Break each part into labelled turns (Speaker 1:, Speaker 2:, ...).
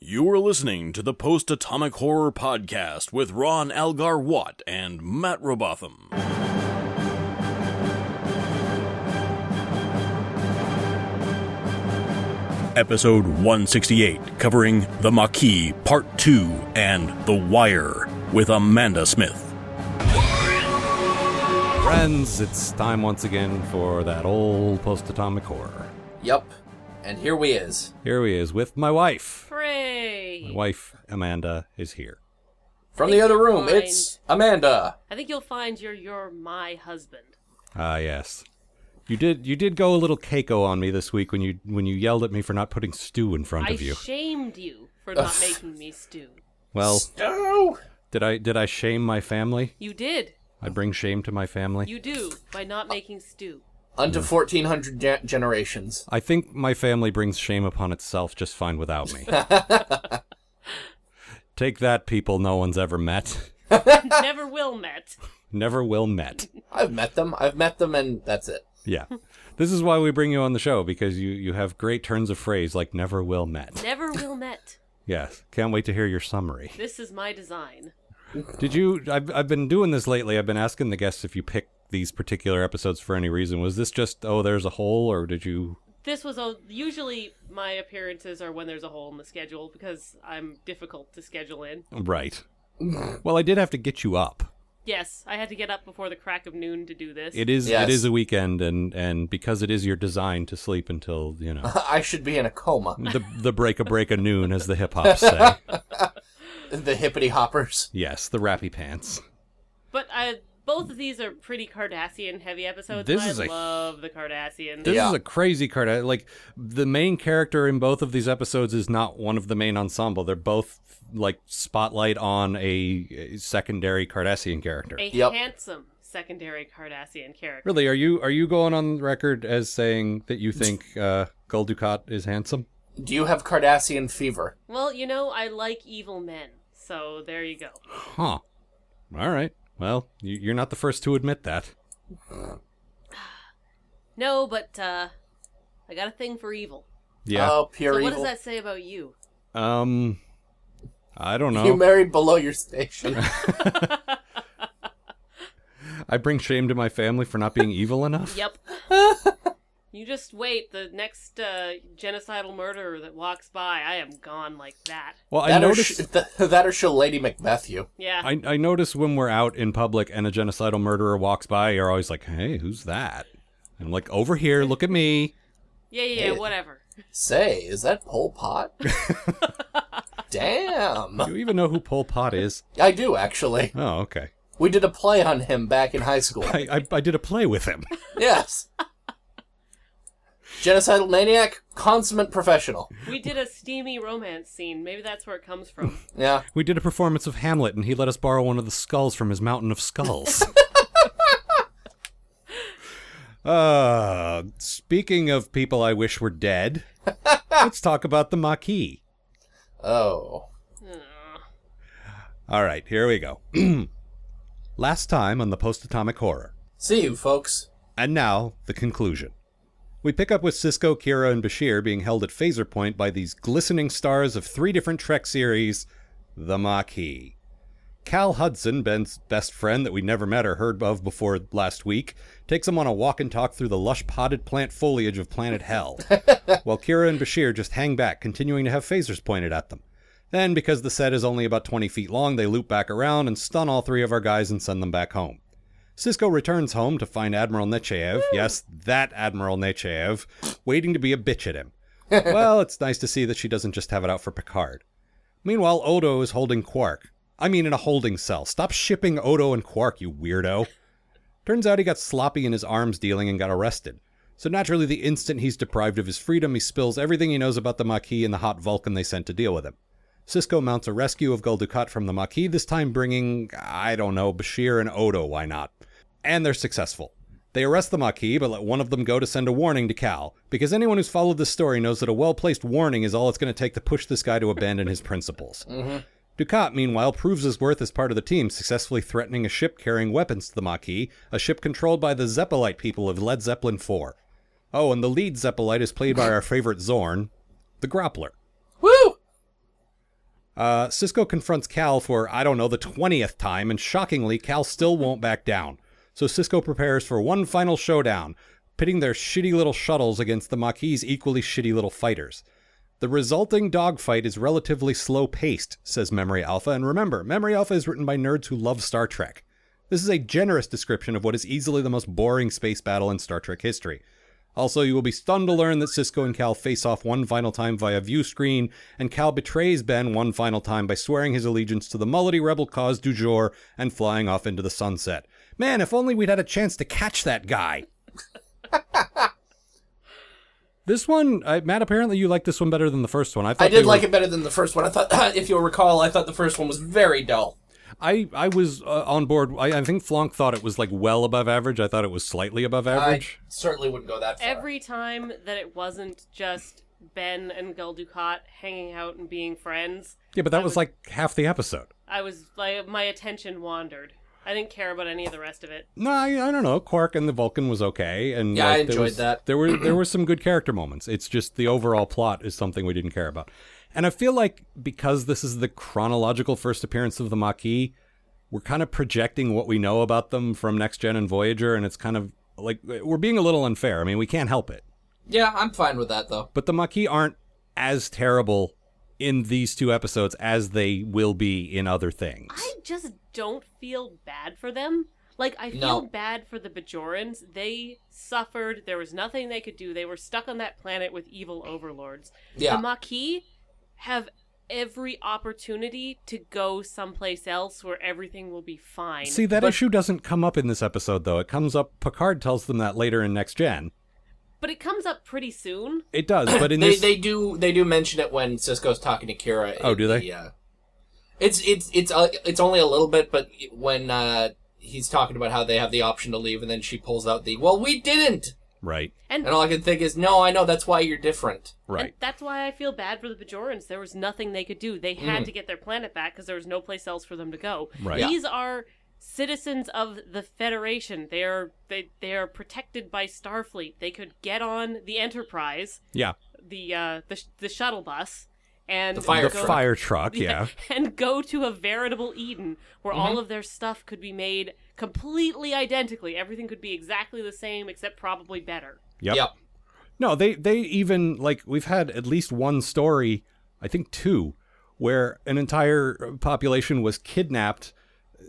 Speaker 1: You are listening to the Post Atomic Horror Podcast with Ron Algar Watt and Matt Robotham. Episode 168, covering The Maquis Part 2 and The Wire with Amanda Smith.
Speaker 2: Friends, it's time once again for that old post atomic horror.
Speaker 3: Yep. And here we is.
Speaker 2: Here he is with my wife.
Speaker 4: Hooray!
Speaker 2: My wife, Amanda, is here.
Speaker 3: From
Speaker 4: Thank
Speaker 3: the other
Speaker 4: you,
Speaker 3: room,
Speaker 4: Fine.
Speaker 3: it's Amanda.
Speaker 4: I think you'll find you're you're my husband.
Speaker 2: Ah, yes. You did you did go a little Keiko on me this week when you when you yelled at me for not putting stew in front
Speaker 4: I
Speaker 2: of you.
Speaker 4: shamed you for not making me stew.
Speaker 2: Well,
Speaker 3: No.
Speaker 2: did I did I shame my family?
Speaker 4: You did.
Speaker 2: I bring shame to my family.
Speaker 4: You do by not making stew.
Speaker 3: Unto 1400 ge- generations.
Speaker 2: I think my family brings shame upon itself just fine without me. Take that, people no one's ever met.
Speaker 4: Never will met.
Speaker 2: Never will met.
Speaker 3: I've met them. I've met them, and that's it.
Speaker 2: Yeah. This is why we bring you on the show because you, you have great turns of phrase like never will met.
Speaker 4: Never will met.
Speaker 2: Yes. Can't wait to hear your summary.
Speaker 4: This is my design.
Speaker 2: Did you I've I've been doing this lately. I've been asking the guests if you pick these particular episodes for any reason. Was this just oh there's a hole or did you
Speaker 4: This was a, usually my appearances are when there's a hole in the schedule because I'm difficult to schedule in.
Speaker 2: Right. well, I did have to get you up.
Speaker 4: Yes, I had to get up before the crack of noon to do this.
Speaker 2: It is
Speaker 3: Yes.
Speaker 2: it is a weekend and and because it is your design to sleep until, you know,
Speaker 3: I should be in a coma.
Speaker 2: the the break a break a noon as the hip hop say.
Speaker 3: The hippity hoppers.
Speaker 2: yes, the rappy pants.
Speaker 4: But I, both of these are pretty Cardassian heavy episodes.
Speaker 2: This
Speaker 4: and
Speaker 2: is
Speaker 4: I
Speaker 2: a-
Speaker 4: love the Cardassians.
Speaker 2: This
Speaker 3: Yeah.
Speaker 2: is a crazy card. I- Like the main character in both of these episodes is not one of the main ensemble. They're both like spotlight on a, a secondary Cardassian character.
Speaker 4: a
Speaker 3: Yep.
Speaker 4: handsome secondary Cardassian character.
Speaker 2: Really, are you are you going on record as saying that you think uh, Gul Dukat is handsome?
Speaker 3: Do you have Cardassian fever?
Speaker 4: Well, you know, I like evil men, so there you go.
Speaker 2: Huh. All right. Well, you, you're not the first to admit that.
Speaker 4: No, but uh, I got a thing for evil.
Speaker 2: Yeah.
Speaker 3: Oh, pure
Speaker 4: so what
Speaker 3: evil.
Speaker 4: does that say about you?
Speaker 2: um, I don't
Speaker 3: Uh, You
Speaker 2: know.
Speaker 3: married below your station.
Speaker 2: I bring shame to my family for not being evil enough.
Speaker 4: Yep. you just wait. The next uh, genocidal murderer that walks by, I am gone like that.
Speaker 2: Well, I
Speaker 3: that, or
Speaker 2: noticed.
Speaker 3: sh- th- that or she'll Lady Macbeth you.
Speaker 4: Yeah.
Speaker 2: I, I notice when we're out in public and a genocidal murderer walks by, you're always like, hey, who's that? And I'm like, over here, look at me.
Speaker 4: yeah, yeah, yeah, whatever.
Speaker 3: Say, is that Pol Pot? Damn.
Speaker 2: Do you even know who Pol Pot is?
Speaker 3: I do, actually.
Speaker 2: Oh, okay.
Speaker 3: We did a play on him back in high school.
Speaker 2: I, I, I did a play with him.
Speaker 3: Yes. Genocidal maniac, consummate professional.
Speaker 4: We did a steamy romance scene. Maybe that's where it comes from.
Speaker 3: Yeah.
Speaker 2: We did a performance of Hamlet, and he let us borrow one of the skulls from his mountain of skulls. uh, speaking of people I wish were dead, let's talk about the Maquis.
Speaker 3: Oh.
Speaker 4: Ugh.
Speaker 2: All right, here we go. Last time on the post atomic horror.
Speaker 3: See you, folks.
Speaker 2: And now, the conclusion. We pick up with Cisco, Kira, and Bashir being held at phaser point by these glistening stars of three different Trek series, the Maquis. Cal Hudson, Ben's best friend that we never met or heard of before last week, takes him on a walk and talk through the lush potted plant foliage of planet Hell, while Kira and Bashir just hang back, continuing to have phasers pointed at them. Then, because the set is only about 20 feet long, they loop back around and stun all three of our guys and send them back home. Cisco returns home to find Admiral Nechayev, yes, that Admiral Nechayev, waiting to be a bitch at him. well, it's nice to see that she doesn't just have it out for Picard. Meanwhile, Odo is holding Quark. I mean, in a holding cell. Stop shipping Odo and Quark, you weirdo. Turns out he got sloppy in his arms dealing and got arrested. So naturally, the instant he's deprived of his freedom, he spills everything he knows about the Maquis and the hot Vulcan they sent to deal with him. Cisco mounts a rescue of Gul Dukat from the Maquis, this time bringing, I don't know, Bashir and Odo, why not? and they're successful. They arrest the Maquis, but let one of them go to send a warning to Cal, because anyone who's followed this story knows that a well placed warning is all it's going to take to push this guy to abandon his principles. Ducat, meanwhile, proves his worth as part of the team, successfully threatening a ship carrying weapons to the Maquis, a ship controlled by the Zeppelite people of Led Zeppelin IV. Oh, and the lead Zeppelite is played by our favorite Zorn, the Grappler.
Speaker 3: Woo!
Speaker 2: Uh, Cisco confronts Cal for, I don't know, the 20th time, and shockingly, Cal still won't back down. So Cisco prepares for one final showdown, pitting their shitty little shuttles against the Maquis' equally shitty little fighters. The resulting dogfight is relatively slow paced, says Memory Alpha. And remember, Memory Alpha is written by nerds who love Star Trek. This is a generous description of what is easily the most boring space battle in Star Trek history. Also, you will be stunned to learn that Cisco and Cal face off one final time via view screen, and Cal betrays Ben one final time by swearing his allegiance to the Mullity Rebel cause du jour and flying off into the sunset. Man, if only we'd had a chance to catch that guy. this one, uh, Matt, apparently you like this one better than the first one. I, thought
Speaker 3: I
Speaker 2: they
Speaker 3: did
Speaker 2: were-
Speaker 3: like it better than the first one. I thought, if you'll recall, I thought the first one was very dull.
Speaker 2: I I was uh, on board. I, I think Flonk thought it was like well above average. I thought it was slightly above
Speaker 3: I
Speaker 2: average.
Speaker 3: certainly wouldn't go that far.
Speaker 4: Every time that it wasn't just Ben and Gul Dukat hanging out and being friends,
Speaker 2: yeah, but that was like half the episode.
Speaker 4: I was like my attention wandered. I didn't care about any of the rest of it.
Speaker 2: No, I, I don't know. Quark and the Vulcan was okay, and
Speaker 3: Yeah, I
Speaker 2: like, there
Speaker 3: enjoyed
Speaker 2: was-
Speaker 3: that.
Speaker 2: There were there were some good character moments. It's just the overall plot is something we didn't care about, and I feel like because this is the chronological first appearance of the Maquis, we're kind of projecting what we know about them from Next Gen and Voyager, and it's kind of like we're being a little unfair. I mean, we can't help it.
Speaker 3: yeah, I'm fine with that though.
Speaker 2: but the Maquis aren't as terrible in these two episodes as they will be in other things.
Speaker 4: I just don't feel bad for them. Like I
Speaker 3: No.
Speaker 4: feel bad for the Bajorans. They suffered. There was nothing they could do. They were stuck on that planet with evil overlords.
Speaker 3: Yeah,
Speaker 4: The Maquis have every opportunity to go someplace else where everything will be fine.
Speaker 2: See, that
Speaker 3: but-
Speaker 2: issue doesn't come up in this episode, though. It comes up, Picard tells them that later in Next Gen.
Speaker 4: but it comes up pretty soon.
Speaker 2: It does, but in
Speaker 3: they
Speaker 2: this.
Speaker 3: they do they do mention it when Cisco's talking to Kira.
Speaker 2: Oh,
Speaker 3: in
Speaker 2: do they?
Speaker 3: the, uh, it's it's it's uh, it's only a little bit, but when uh, he's talking about how they have the option to leave, and then she pulls out the well, we didn't,
Speaker 2: Right,
Speaker 4: And,
Speaker 3: and all I can think is, no, I know that's why you're different.
Speaker 4: and
Speaker 2: right.
Speaker 4: that's why I feel bad for the Bajorans. There was nothing they could do. They had to get their planet back because there was no place else for them to go.
Speaker 2: Mm. Right. Yeah.
Speaker 4: These are citizens of the Federation. They are they they are protected by Starfleet. They could get on the Enterprise,
Speaker 2: yeah.
Speaker 4: the uh the, sh- the shuttle bus, and
Speaker 3: The fire
Speaker 2: The
Speaker 3: truck.
Speaker 2: fire truck, yeah. Mm-hmm.
Speaker 4: and go to a veritable Eden where all of their stuff could be made completely identically. Everything could be exactly the same except probably better.
Speaker 2: Yep. No, they they even like we've had at least one story, I think two, where an entire population was kidnapped,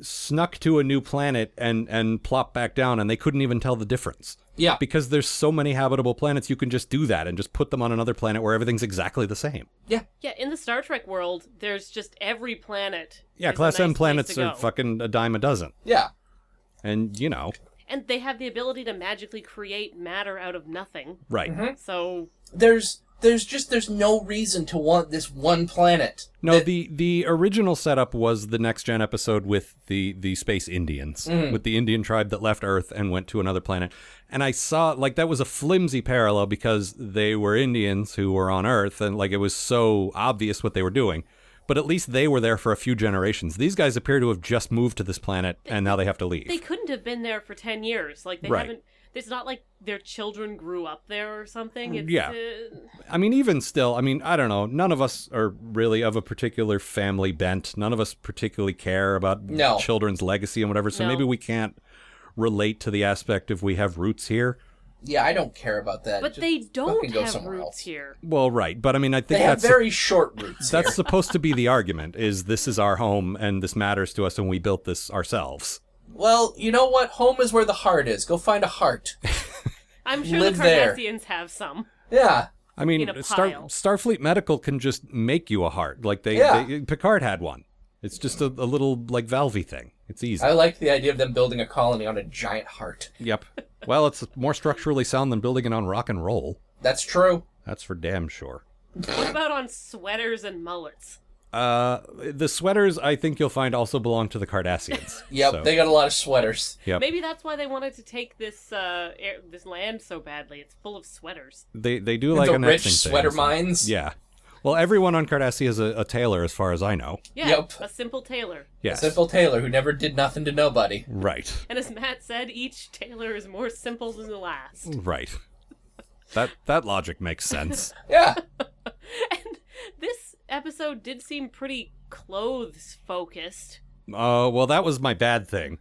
Speaker 2: snuck to a new planet and and plopped back down and they couldn't even tell the difference.
Speaker 3: yeah,
Speaker 2: Because there's so many habitable planets, you can just do that and just put them on another planet where everything's exactly the same.
Speaker 3: yeah.
Speaker 4: Yeah, in the Star Trek world, there's just every planet.
Speaker 2: Yeah,
Speaker 4: is a
Speaker 2: class M
Speaker 4: nice place
Speaker 2: planets
Speaker 4: to
Speaker 2: are
Speaker 4: go.
Speaker 2: fucking a dime a dozen.
Speaker 3: yeah.
Speaker 2: And you know,
Speaker 4: And they have the ability to magically create matter out of nothing.
Speaker 2: right.
Speaker 4: Mm-hmm. So
Speaker 3: there's there's just there's no reason to want this one planet.
Speaker 2: No, the the original setup was the next gen episode with the the space Indians, with the Indian tribe that left Earth and went to another planet. And I saw like that was a flimsy parallel because they were Indians who were on Earth, and like it was so obvious what they were doing. But at least they were there for a few generations. These guys appear to have just moved to this planet, and now they have to leave.
Speaker 4: they couldn't have been there for 10 years. Like, they
Speaker 2: Right.
Speaker 4: haven't. It's not like their children grew up there or something. It's,
Speaker 2: Yeah.
Speaker 4: uh,
Speaker 2: I mean, even still, I mean, I don't know. None of us are really of a particular family bent. None of us particularly care about
Speaker 3: No.
Speaker 2: children's legacy and whatever. So
Speaker 4: No.
Speaker 2: maybe we can't relate to the aspect if we have roots here.
Speaker 3: Yeah, I don't care about that.
Speaker 4: but
Speaker 3: Just
Speaker 4: they
Speaker 3: fucking
Speaker 4: don't
Speaker 3: go
Speaker 4: have
Speaker 3: somewhere
Speaker 4: roots
Speaker 3: else.
Speaker 4: here.
Speaker 2: Well, right, but I mean, I
Speaker 3: They
Speaker 2: think
Speaker 3: have
Speaker 2: that's
Speaker 3: very short roots.
Speaker 2: that's supposed to be the argument: is this is our home and this matters to us, and we built this ourselves.
Speaker 3: here. Well, you know what? Home is where the heart is. Go find a heart.
Speaker 4: I'm sure
Speaker 3: Live
Speaker 4: the
Speaker 3: there.
Speaker 4: Cardassians have some.
Speaker 3: Yeah.
Speaker 2: I mean,
Speaker 4: In a
Speaker 2: Star,
Speaker 4: pile.
Speaker 2: Starfleet Medical can just make you a heart, like they,
Speaker 3: Yeah.
Speaker 2: they Picard had one. It's just a, a little like valvey thing. It's easy.
Speaker 3: I like the idea of them building a colony on a giant heart.
Speaker 2: Yep. Well, it's more structurally sound than building it on rock and roll.
Speaker 3: That's true.
Speaker 2: That's for damn sure.
Speaker 4: What about on sweaters and mullets?
Speaker 2: Uh, the sweaters I think you'll find also belong to the Cardassians.
Speaker 3: Yep,
Speaker 2: So,
Speaker 3: they got a lot of sweaters.
Speaker 2: yep.
Speaker 4: Maybe that's why they wanted to take this uh, air, this land so badly. It's full of sweaters.
Speaker 2: they they do like
Speaker 3: the
Speaker 2: an
Speaker 3: rich
Speaker 2: etching thing,
Speaker 3: sweater
Speaker 2: so-
Speaker 3: mines.
Speaker 2: Yeah. Well, everyone on Cardassia is a, a tailor, as far as I know.
Speaker 4: Yeah,
Speaker 3: Yep.
Speaker 4: a simple tailor.
Speaker 2: Yes.
Speaker 3: Simple Taylor, who never did nothing to nobody.
Speaker 2: Right.
Speaker 4: And as Matt said, each tailor is more simple than the last.
Speaker 2: Right. That that logic makes sense.
Speaker 3: Yeah.
Speaker 4: And this episode did seem pretty clothes focused.
Speaker 2: Uh, well, that was my bad thing.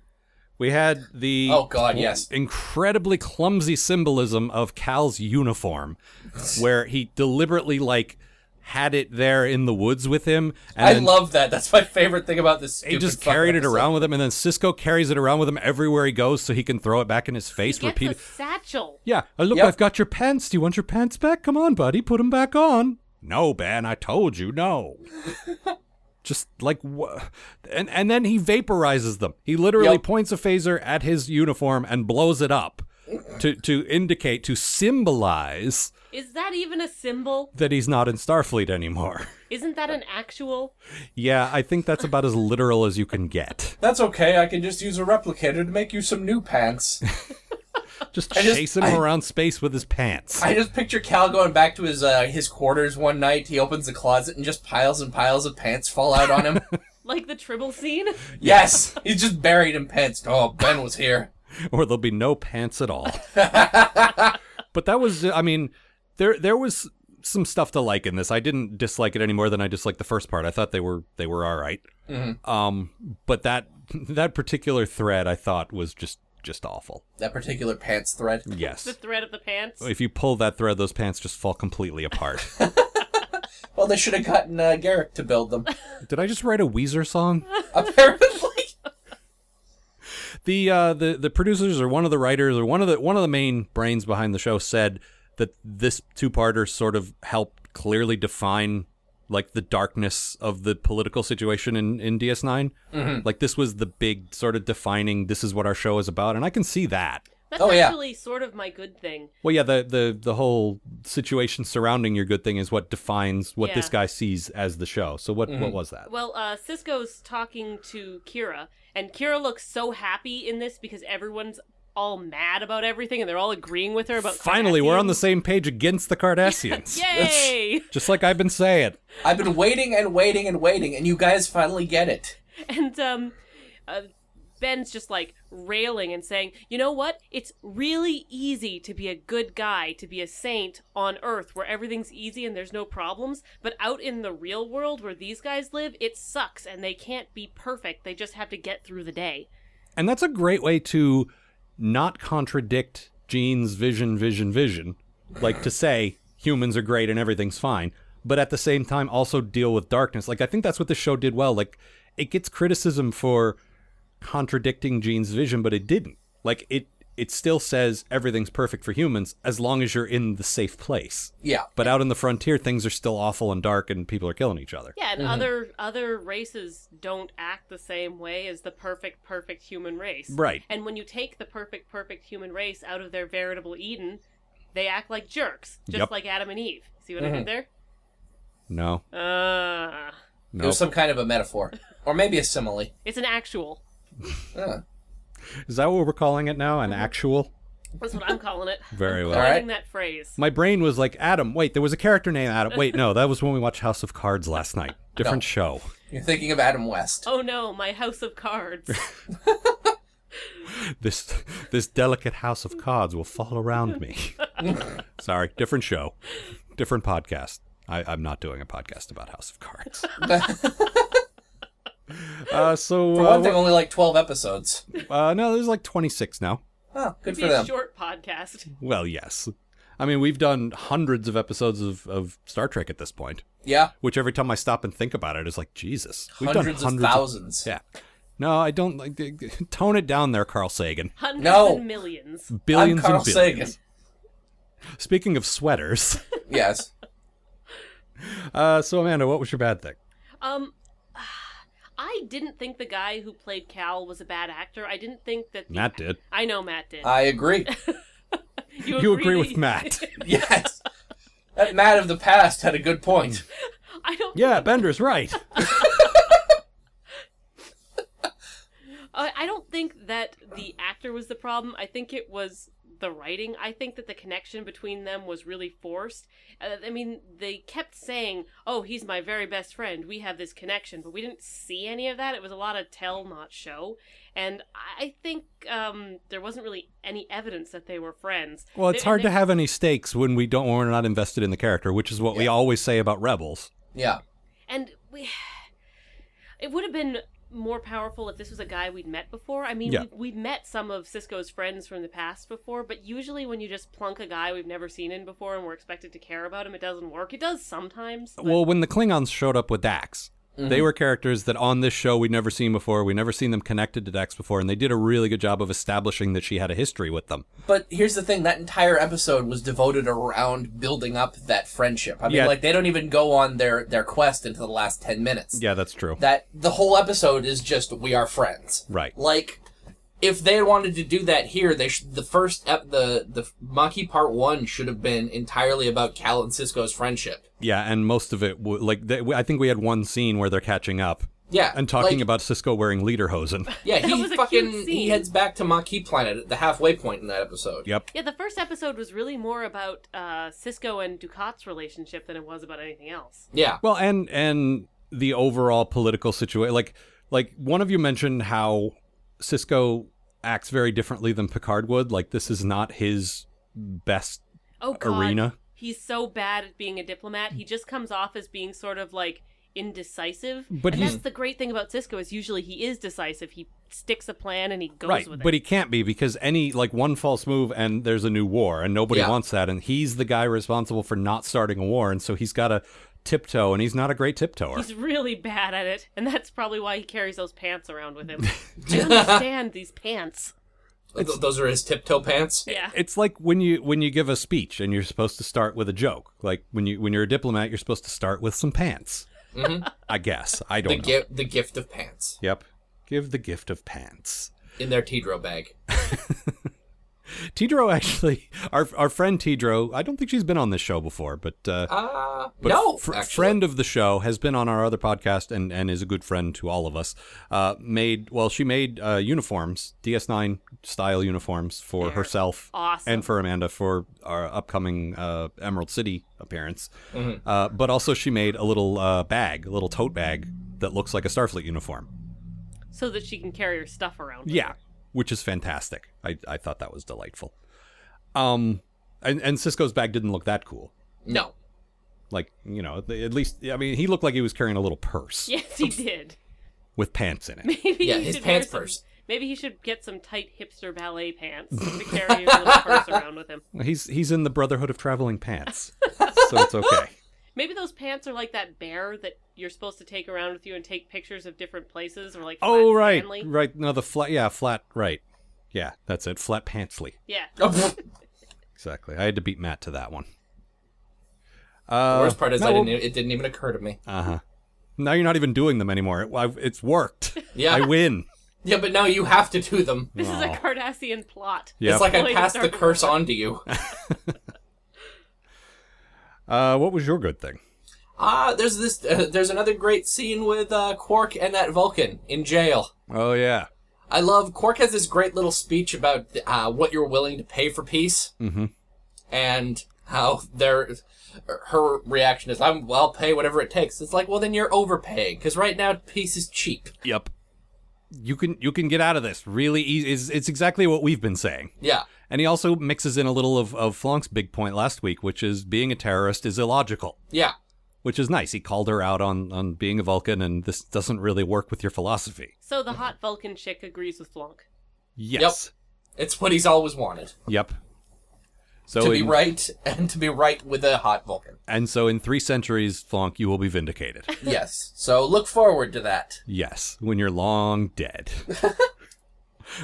Speaker 2: We had the
Speaker 3: Oh, God, yes.
Speaker 2: incredibly clumsy symbolism of Cal's uniform, where he deliberately like had it there in the woods with him, and
Speaker 3: I
Speaker 2: then
Speaker 3: love that. That's my favorite thing about this.
Speaker 2: he
Speaker 3: stupid
Speaker 2: just
Speaker 3: fucking
Speaker 2: carried it
Speaker 3: episode.
Speaker 2: around with him, and then Cisco carries it around with him everywhere he goes, so he can throw it back in his face
Speaker 4: He gets
Speaker 2: repeat-
Speaker 4: a satchel.
Speaker 2: Yeah, uh, look,
Speaker 3: Yep.
Speaker 2: I've got your pants. Do you want your pants back? Come on, buddy, put them back on. No, Ben, I told you, no. Just like wha- and and then he vaporizes them. He literally
Speaker 3: Yep.
Speaker 2: points a phaser at his uniform and blows it up to to indicate to symbolize
Speaker 4: Is that even a symbol?
Speaker 2: that he's not in Starfleet anymore.
Speaker 4: Isn't that an actual?
Speaker 2: yeah, I think that's about as literal as you can get.
Speaker 3: That's okay. I can just use a replicator to make you some new pants.
Speaker 2: Just
Speaker 3: I just-
Speaker 2: chasing him
Speaker 3: I-
Speaker 2: around space with his pants.
Speaker 3: I just picture Cal going back to his uh, his quarters one night. He opens the closet and just piles and piles of pants fall out on him.
Speaker 4: Like the tribble scene?
Speaker 3: yes, he's just buried in pants. Oh, Ben was here.
Speaker 2: or there'll be no pants at all. but that was I mean, there there was some stuff to like in this. I didn't dislike it any more than I disliked the first part. I thought they were they were all right. Um but that that particular thread I thought was just just awful.
Speaker 3: That particular pants thread.
Speaker 4: The
Speaker 2: Yes.
Speaker 4: thread of the pants?
Speaker 2: If you pull that thread, those pants just fall completely apart.
Speaker 3: Well, they should have gotten uh, Garrick to build them.
Speaker 2: Did I just write a Weezer song?
Speaker 3: Apparently.
Speaker 2: the uh, the the producers or one of the writers or one of the one of the main brains behind the show said that this two-parter sort of helped clearly define like the darkness of the political situation in in DS9. Like this was the big sort of defining. This is what our show is about, and I can see that.
Speaker 4: That's
Speaker 3: Oh, yeah.
Speaker 4: actually sort of my good thing.
Speaker 2: Well, yeah, the the the whole situation surrounding your good thing is what defines what this
Speaker 4: Yeah.
Speaker 2: guy sees as the show. So what what was that?
Speaker 4: Well, uh, Cisco's talking to Kira, and Kira looks so happy in this because everyone's all mad about everything and they're all agreeing with her about
Speaker 2: Finally, we're on the
Speaker 4: Cardassians.
Speaker 2: same page against the Cardassians.
Speaker 4: Yay!
Speaker 2: Just like I've been saying.
Speaker 3: I've been waiting and waiting and waiting, and you guys finally get it.
Speaker 4: and um, uh, Ben's just like railing and saying, "You know what? It's really easy to be a good guy, to be a saint on Earth, where everything's easy and there's no problems. But out in the real world, where these guys live, it sucks, and they can't be perfect. They just have to get through the day."
Speaker 2: And that's a great way to not contradict Gene's vision, vision, vision. Like to say humans are great and everything's fine, but at the same time also deal with darkness. Like I think that's what the show did well. Like it gets criticism for contradicting Gene's vision, but it didn't. Like it it still says everything's perfect for humans as long as you're in the safe place.
Speaker 3: Yeah.
Speaker 2: But out in the frontier things are still awful and dark and people are killing each other.
Speaker 4: Yeah, and other other races don't act the same way as the perfect perfect human race.
Speaker 2: Right.
Speaker 4: And when you take the perfect perfect human race out of their veritable Eden, they act like jerks, just
Speaker 2: Yep.
Speaker 4: like Adam and Eve. See what I did there?
Speaker 2: No.
Speaker 4: Uh,
Speaker 3: It
Speaker 2: No.
Speaker 3: was some kind of a metaphor, or maybe a simile.
Speaker 4: it's an actual.
Speaker 3: Huh.
Speaker 2: Is that what we're calling it now? An actual?
Speaker 4: That's what I'm calling it.
Speaker 2: Very well.
Speaker 3: All right.
Speaker 4: Coining that phrase.
Speaker 2: My brain was like, Adam, wait, there was a character named Adam. Wait, no, that was when we watched House of Cards last night. Different
Speaker 3: No.
Speaker 2: show.
Speaker 3: You're thinking of Adam West.
Speaker 4: Oh no, my house of cards.
Speaker 2: This this delicate house of cards will fall around me. Sorry, different show. Different podcast. I, I'm not doing a podcast about House of Cards. uh, so
Speaker 3: For
Speaker 2: uh,
Speaker 3: one thing, only like 12 episodes.
Speaker 2: uh, no, there's like 26 now.
Speaker 3: Oh, good
Speaker 4: Be
Speaker 3: for
Speaker 4: a
Speaker 3: them.
Speaker 4: short podcast.
Speaker 2: Well, yes. I mean, we've done hundreds of episodes of, of Star Trek at this point,
Speaker 3: Yeah,
Speaker 2: which every time I stop and think about it is like, Jesus. We've
Speaker 3: hundreds,
Speaker 2: done hundreds
Speaker 3: of
Speaker 2: of
Speaker 3: thousands.
Speaker 2: Yeah. No, I don't like. Tone it down there, Carl Sagan.
Speaker 4: Hundreds
Speaker 3: No.
Speaker 4: and
Speaker 2: 1000000000s
Speaker 4: millions.
Speaker 3: I'm Carl
Speaker 2: and billions.
Speaker 3: Sagan.
Speaker 2: Speaking of sweaters,
Speaker 3: Yes.
Speaker 2: uh, so Amanda, what was your bad thing?
Speaker 4: Um, I didn't think the guy who played Cal was a bad actor. I didn't think that. the-
Speaker 2: Matt did.
Speaker 4: I know Matt did.
Speaker 3: I agree.
Speaker 2: You agree with
Speaker 4: that-
Speaker 2: Matt?
Speaker 3: Yes. That Matt of the past had a good point.
Speaker 4: I don't.
Speaker 2: yeah, Bender's right.
Speaker 4: I I don't think that the actor was the problem. I think it was the writing. I think that the connection between them was really forced. Uh, I mean, they kept saying, "Oh, he's my very best friend. We have this connection," but we didn't see any of that. It was a lot of tell, not show. And I I think um, there wasn't really any evidence that they were friends.
Speaker 2: Well, it's
Speaker 4: They-
Speaker 2: hard
Speaker 4: they-
Speaker 2: to have any stakes when we don't when we're not invested in the character, which is what we always say about Rebels.
Speaker 3: Yeah.
Speaker 4: and we It would have been more powerful if this was a guy we'd met before. I mean,
Speaker 2: Yeah.
Speaker 4: we've, we've met some of Cisco's friends from the past before, but usually when you just plunk a guy we've never seen in before and we're expected to care about him, it doesn't work. It does sometimes. but-
Speaker 2: Well, when the Klingons showed up with Dax, they were characters that on this show we'd never seen before. We'd never seen them connected to Dax before, and they did a really good job of establishing that she had a history with them.
Speaker 3: But here's the thing: that entire episode was devoted around building up that friendship. I mean,
Speaker 2: Yeah.
Speaker 3: like they don't even go on their their quest into the last ten minutes.
Speaker 2: Yeah, that's true.
Speaker 3: That the whole episode is just we are friends.
Speaker 2: Right.
Speaker 3: Like, if they had wanted to do that here, they sh- the first ep- the the Maki Part One should have been entirely about Cal and Cisco's friendship.
Speaker 2: yeah, and most of it, w- like, they, I think we had one scene where they're catching up
Speaker 3: Yeah.
Speaker 2: and talking
Speaker 3: like,
Speaker 2: about Cisco wearing leaderhosen.
Speaker 3: yeah,
Speaker 4: That
Speaker 3: he
Speaker 4: was a
Speaker 3: fucking
Speaker 4: cute
Speaker 3: he
Speaker 4: scene.
Speaker 3: heads back to Maquis Planet at the halfway point in that episode.
Speaker 2: yep.
Speaker 4: yeah, the first episode was really more about uh, Cisco and Ducat's relationship than it was about anything else.
Speaker 3: Yeah.
Speaker 2: Well, and and the overall political situation, like like one of you mentioned how Cisco acts very differently than Picard would. Like this is not his best
Speaker 4: Oh, God.
Speaker 2: arena.
Speaker 4: He's so bad at being a diplomat. He just comes off as being sort of like indecisive.
Speaker 2: But
Speaker 4: and
Speaker 2: he's-
Speaker 4: that's the great thing about Cisco is usually he is decisive. He sticks a plan and he goes
Speaker 2: right
Speaker 4: with it.
Speaker 2: but he can't be because any like one false move and there's a new war and nobody
Speaker 3: Yeah.
Speaker 2: wants that and he's the guy responsible for not starting a war and so he's got to tiptoe and he's not a great tiptoer
Speaker 4: He's really bad at it, and that's probably why he carries those pants around with him. I understand these pants.
Speaker 3: Th- those are his tiptoe pants.
Speaker 4: Yeah.
Speaker 2: it's like when you when you give a speech and you're supposed to start with a joke like when you when you're a diplomat you're supposed to start with some pants i guess i
Speaker 3: Mm-hmm. The
Speaker 2: don't know
Speaker 3: gift the gift of pants
Speaker 2: yep give the gift of pants
Speaker 3: in their Tidro bag.
Speaker 2: tidro actually our our friend tidro i don't think she's been on this show before but uh
Speaker 3: Ah,
Speaker 2: but
Speaker 3: no,
Speaker 2: fr-
Speaker 3: actually.
Speaker 2: friend of the show has been on our other podcast and, and is a good friend to all of us. Uh, made well, she made uh, uniforms, DS9 style uniforms for
Speaker 4: They're
Speaker 2: herself
Speaker 4: awesome.
Speaker 2: and for Amanda for our upcoming uh, Emerald City appearance. Uh, but also, she made a little uh, bag, a little tote bag that looks like a Starfleet uniform.
Speaker 4: So that she can carry her stuff around. with
Speaker 2: Yeah,
Speaker 4: her.
Speaker 2: which is fantastic. I, I thought that was delightful. Um, and, and Cisco's bag didn't look that cool.
Speaker 3: No.
Speaker 2: Like you know, at least I mean, he looked like he was carrying a little purse.
Speaker 4: Yes, he did.
Speaker 2: with pants in it.
Speaker 4: Maybe
Speaker 3: Yeah,
Speaker 4: he
Speaker 3: his
Speaker 4: should
Speaker 3: pants
Speaker 4: wear some-
Speaker 3: purse.
Speaker 4: Maybe he should get some tight hipster ballet pants to carry a little purse around with him.
Speaker 2: He's he's in the Brotherhood of Traveling Pants, so it's okay.
Speaker 4: Maybe those pants are like that bear that you're supposed to take around with you and take pictures of different places, or like
Speaker 2: Oh
Speaker 4: Flat
Speaker 2: right,
Speaker 4: Stanley.
Speaker 2: right. No, the flat. Yeah, flat. Right. Yeah, that's it. Flat pantsly.
Speaker 4: Yeah.
Speaker 3: Oh, pfft.
Speaker 2: Exactly. I had to beat Matt to that one.
Speaker 3: the
Speaker 2: Uh,
Speaker 3: worst part is
Speaker 2: no,
Speaker 3: I didn't. e- It didn't even occur to me.
Speaker 2: Uh huh. Now you're not even doing them anymore. It, I've, it's worked.
Speaker 3: Yeah.
Speaker 2: I win.
Speaker 3: Yeah, but now you have to do them.
Speaker 4: This is
Speaker 2: Aw.
Speaker 4: a Cardassian plot.
Speaker 2: Yep.
Speaker 3: It's like
Speaker 4: Well,
Speaker 3: I
Speaker 4: you
Speaker 3: passed the
Speaker 4: start with
Speaker 3: curse on to you.
Speaker 2: Uh, what was your good thing?
Speaker 3: Ah, there's this. Uh, there's another great scene with uh, Quark and that Vulcan in jail.
Speaker 2: Oh yeah.
Speaker 3: I love Quark has this great little speech about uh, what you're willing to pay for peace, mm-hmm. and how their her reaction is, "I'm well, I'll pay whatever it takes." It's like, well, then you're overpaying because right now peace is cheap.
Speaker 2: Yep. You can you can get out of this really easy. It's, it's exactly what we've been saying.
Speaker 3: Yeah,
Speaker 2: And he also mixes in a little of, of Flonk's big point last week, which is being a terrorist is illogical,
Speaker 3: yeah,
Speaker 2: which is nice. He called her out on, on being a Vulcan, and this doesn't really work with your philosophy.
Speaker 4: So the hot Vulcan chick agrees with Flonk.
Speaker 2: Yes.
Speaker 3: it's what he's always wanted
Speaker 2: Yep. So
Speaker 3: to be
Speaker 2: in-
Speaker 3: right and to be right with a hot Vulcan.
Speaker 2: And so in three centuries, Flonk, you will be vindicated.
Speaker 3: yes, so look forward to that.
Speaker 2: yes, when you're long dead.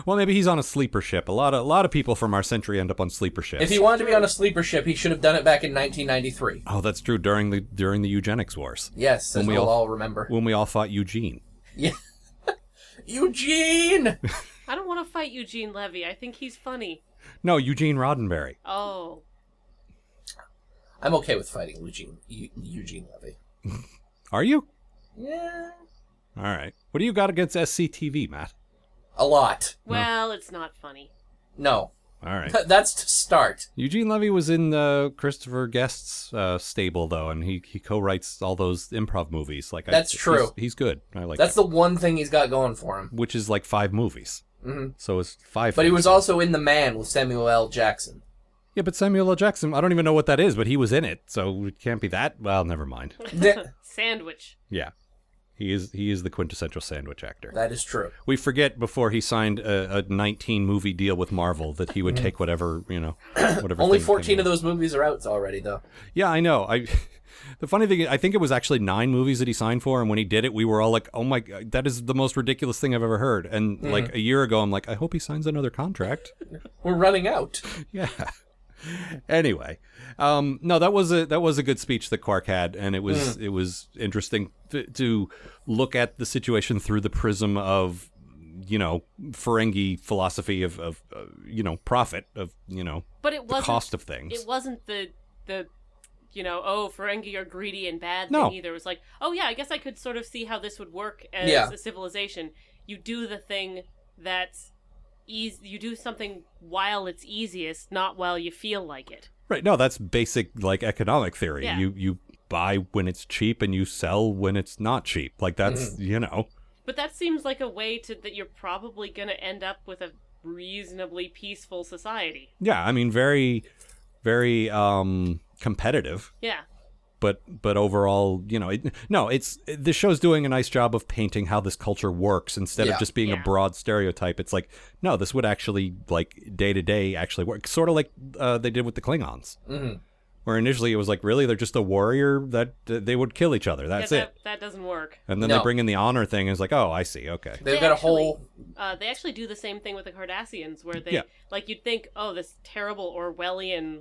Speaker 2: well, maybe he's on a sleeper ship. A lot of a lot of people from our century end up on sleeper ships.
Speaker 3: If he wanted to be on a sleeper ship, he should have done it back in 1993.
Speaker 2: oh, that's true. During the during the eugenics wars,
Speaker 3: Yes, as
Speaker 2: When we
Speaker 3: we'll
Speaker 2: all-
Speaker 3: all, remember.
Speaker 2: when we all fought Eugene.
Speaker 3: Eugene!
Speaker 4: I don't want to fight Eugene Levy. I think he's funny.
Speaker 2: No, Eugene Roddenberry.
Speaker 4: Oh,
Speaker 3: I'm okay with fighting Eugene, Eu- Eugene Levy.
Speaker 2: Are you?
Speaker 3: Yeah.
Speaker 2: All right. What do you got against SCTV, Matt?
Speaker 3: A lot.
Speaker 4: well, it's not funny.
Speaker 3: No.
Speaker 2: All right.
Speaker 3: That's to start.
Speaker 2: Eugene Levy was in uh, Christopher Guest's uh, stable, though, and he, he co-writes all those improv movies. Like I-
Speaker 3: That's true.
Speaker 2: He's, he's good. I like
Speaker 3: That's
Speaker 2: that.
Speaker 3: the one thing he's got going for him.
Speaker 2: which is like five movies.
Speaker 3: hmm
Speaker 2: So it's five.
Speaker 3: But he
Speaker 2: things.
Speaker 3: was also in The Man with Samuel L. Jackson.
Speaker 2: yeah. But Samuel L. Jackson. I don't even know what that is, but he was in it, so it can't be that. Well, never mind.
Speaker 3: Th-
Speaker 4: Sandwich.
Speaker 2: Yeah. He is he is the quintessential sandwich actor.
Speaker 3: That is true.
Speaker 2: we forget before he signed a, a 19 movie deal with Marvel that he would take whatever you know, whatever.
Speaker 3: Mm. Only
Speaker 2: thing
Speaker 3: 14
Speaker 2: came
Speaker 3: of those movies are out already, though.
Speaker 2: in. Yeah, I know. I. The funny thing, is, I think it was actually nine movies that he signed for, and when he did it, we were all like, "Oh my, god, that is the most ridiculous thing I've ever heard." And like a year ago, I'm like, "I hope he signs another contract."
Speaker 3: We're running out.
Speaker 2: yeah. Anyway, um, no, that was a that was a good speech that Quark had, and it was it was interesting to, to look at the situation through the prism of you know Ferengi philosophy of, of uh, you know profit of you know
Speaker 4: But it
Speaker 2: the
Speaker 4: wasn't.
Speaker 2: cost of things.
Speaker 4: It wasn't the the you know oh Ferengi are greedy and bad
Speaker 2: No.
Speaker 4: thing either. It was like oh yeah, I guess I could sort of see how this would work as
Speaker 3: Yeah.
Speaker 4: a civilization. You do the thing that's easy. You do something while it's easiest, not while you feel like it.
Speaker 2: Right? No, that's basic like economic theory.
Speaker 4: Yeah.
Speaker 2: You you buy when it's cheap and you sell when it's not cheap. Like that's you know
Speaker 4: But that seems like a way to that you're probably going to end up with a reasonably peaceful society.
Speaker 2: yeah. I mean very very um competitive.
Speaker 4: Yeah.
Speaker 2: but but overall, you know, it, no, it's this show's doing a nice job of painting how this culture works instead
Speaker 3: Yeah.
Speaker 2: of just being
Speaker 4: Yeah.
Speaker 2: a broad stereotype. It's like, no, this would actually like day to day actually work, sort of like uh, they did with the Klingons,
Speaker 3: Mhm.
Speaker 2: where initially it was like, really, they're just a warrior that uh, they would kill each other. That's
Speaker 4: yeah,
Speaker 2: it.
Speaker 4: That, that doesn't work.
Speaker 2: And then
Speaker 3: No.
Speaker 2: they bring in the honor thing. And it's like, oh, I see. Okay.
Speaker 3: They've
Speaker 4: They
Speaker 3: got a
Speaker 4: actually-
Speaker 3: whole.
Speaker 4: Uh, they actually do the same thing with the Cardassians, where they
Speaker 2: Yeah.
Speaker 4: like you'd think, oh, this terrible Orwellian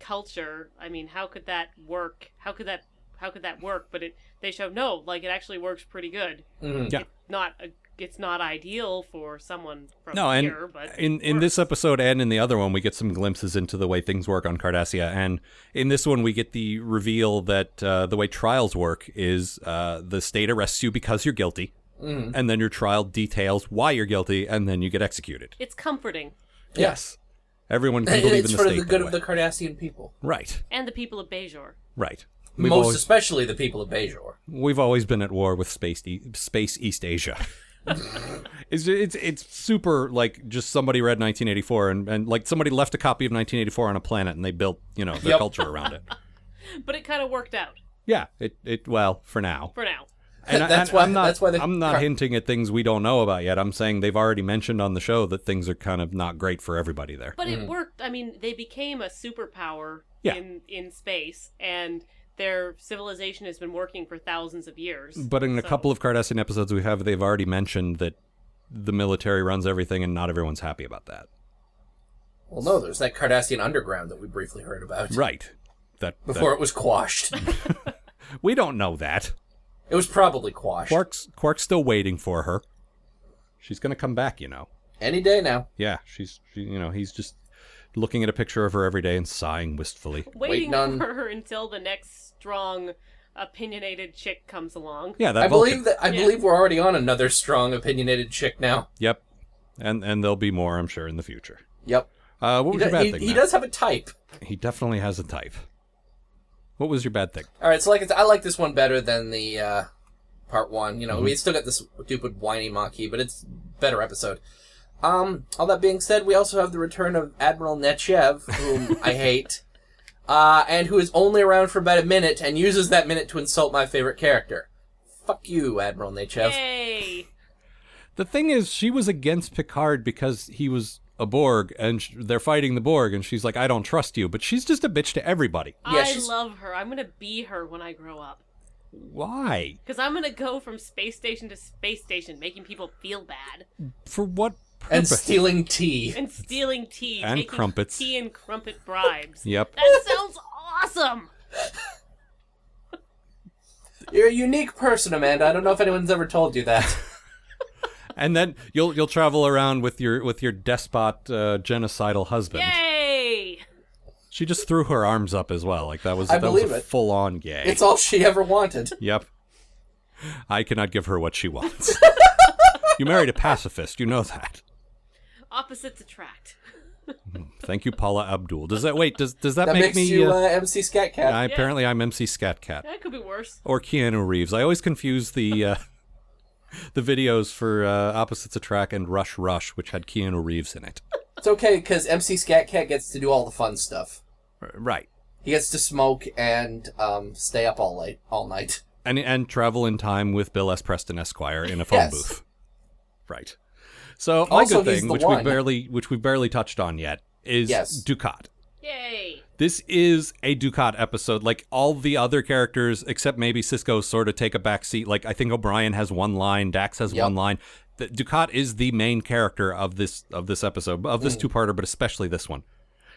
Speaker 4: culture. I mean, how could that work? How could that how could that work? But it they show no, like it actually works pretty good.
Speaker 3: mhm.
Speaker 2: Yeah.
Speaker 4: Not a, it's not ideal for someone from
Speaker 2: No, and
Speaker 4: here, but
Speaker 2: in in this episode and in the other one, we get some glimpses into the way things work on Cardassia, and in this one, we get the reveal that uh, the way trials work is uh, the state arrests you because you're guilty,
Speaker 3: Mm.
Speaker 2: and then your trial details why you're guilty, and then you get executed.
Speaker 4: it's comforting,
Speaker 2: Yes, everyone can believe
Speaker 3: It's
Speaker 2: in the
Speaker 3: for
Speaker 2: state.
Speaker 3: the
Speaker 2: that
Speaker 3: good of
Speaker 2: way.
Speaker 3: the Cardassian people.
Speaker 2: Right,
Speaker 4: and the people of Bejor.
Speaker 2: right. We've
Speaker 3: Most
Speaker 2: always,
Speaker 3: especially the people of Bejor.
Speaker 2: we've always been at war with space e- space East Asia. It's, it's it's super like just somebody read 1984 and, and like somebody left a copy of 1984 on a planet and they built you know their
Speaker 3: Yep.
Speaker 2: culture around it.
Speaker 4: But it kind of worked out
Speaker 2: Yeah, it it well for now.
Speaker 4: for now.
Speaker 2: And I,
Speaker 3: That's
Speaker 2: and
Speaker 3: why-
Speaker 2: I'm not
Speaker 3: that's why they-
Speaker 2: I'm not hinting at things we don't know about yet. I'm saying they've already mentioned on the show that things are kind of not great for everybody there.
Speaker 4: But it worked. I mean, they became a superpower
Speaker 2: Mm-hmm. Yeah.
Speaker 4: in in space, and their civilization has been working for thousands of years.
Speaker 2: But in a
Speaker 4: So-
Speaker 2: couple of Cardassian episodes we have, they've already mentioned that the military runs everything, and not everyone's happy about that.
Speaker 3: Well, no, there's that Cardassian underground that we briefly heard about
Speaker 2: Right. That, that-
Speaker 3: before it was quashed.
Speaker 2: we don't know that.
Speaker 3: it was probably quashed
Speaker 2: Quark's Quark's still waiting for her. She's gonna come back, you know.
Speaker 3: any day now.
Speaker 2: Yeah, she's she, you know he's just looking at a picture of her every day and sighing wistfully.
Speaker 4: waiting
Speaker 3: Waiting on-
Speaker 4: for her until the next strong, opinionated chick comes along.
Speaker 2: Yeah, that
Speaker 3: I
Speaker 2: Vulcan-
Speaker 3: believe that I
Speaker 4: Yeah.
Speaker 3: believe we're already on another strong, opinionated chick now.
Speaker 2: Yep, and and there'll be more, I'm sure, in the future.
Speaker 3: Yep.
Speaker 2: Uh, what
Speaker 3: He,
Speaker 2: was
Speaker 3: do-
Speaker 2: your bad
Speaker 3: he-
Speaker 2: thing?
Speaker 3: he
Speaker 2: Matt?
Speaker 3: does have a type.
Speaker 2: He definitely has a type. What was your bad thing?
Speaker 3: All right, so like it's, I like this one better than the uh, part one. You
Speaker 2: Mm-hmm.
Speaker 3: know, we still got this stupid whiny Maki, but it's better episode. Um, all that being said, we also have the return of Admiral Nechev, whom I hate, uh, and who is only around for about a minute and uses that minute to insult my favorite character. Fuck you, Admiral Nechev.
Speaker 4: Yay!
Speaker 2: The thing is, she was against Picard because he was a Borg, and sh- they're fighting the Borg, and she's like, "I don't trust you," but she's just a bitch to everybody.
Speaker 3: Yeah,
Speaker 4: I
Speaker 3: she's-
Speaker 4: love her. I'm gonna be her when I grow up.
Speaker 2: Why?
Speaker 4: Cause I'm gonna go from space station to space station, making people feel bad
Speaker 2: For what
Speaker 3: And
Speaker 2: purpose?
Speaker 3: stealing tea.
Speaker 4: and stealing tea
Speaker 2: And
Speaker 4: taking
Speaker 2: crumpets.
Speaker 4: tea and crumpet bribes.
Speaker 2: Yep.
Speaker 4: That sounds awesome.
Speaker 3: You're a unique person, Amanda. I don't know if anyone's ever told you that.
Speaker 2: And then you'll you'll travel around with your with your despot uh, genocidal husband.
Speaker 4: Yay!
Speaker 2: She just threw her arms up as well. Like that was
Speaker 3: I
Speaker 2: that was
Speaker 3: believe
Speaker 2: a
Speaker 3: it.
Speaker 2: full on gay.
Speaker 3: It's all she ever wanted.
Speaker 2: Yep. I cannot give her what she wants. you married a pacifist, you know that.
Speaker 4: Opposites attract.
Speaker 2: Thank you, Paula Abdul. Does that wait? Does does that,
Speaker 3: That
Speaker 2: make
Speaker 3: makes
Speaker 2: me?
Speaker 3: you
Speaker 2: uh,
Speaker 3: uh, MC Scat Cat.
Speaker 2: I, apparently, I'm MC Scat Cat
Speaker 4: That could be worse.
Speaker 2: or Keanu Reeves. I always confuse the uh, the videos for uh, Opposites Attract and Rush Rush, which had Keanu Reeves in it.
Speaker 3: It's okay because MC Scat Cat gets to do all the fun stuff.
Speaker 2: R- Right.
Speaker 3: He gets to smoke and um, stay up all late, all night.
Speaker 2: and and travel in time with Bill S. Preston Esquire in a phone
Speaker 3: Yes.
Speaker 2: booth. Right. So my
Speaker 3: Also,
Speaker 2: good
Speaker 3: he's
Speaker 2: thing,
Speaker 3: the
Speaker 2: which
Speaker 3: one.
Speaker 2: we barely which we barely touched on yet, is
Speaker 3: Yes.
Speaker 2: Ducat.
Speaker 4: Yay!
Speaker 2: This is a Ducat episode. Like all the other characters, except maybe Cisco, sort of take a back seat. Like I think O'Brien has one line, Dax has
Speaker 3: Yep.
Speaker 2: one line. The, Ducat is the main character of this of this episode of
Speaker 3: Mm.
Speaker 2: this two parter, but especially this one.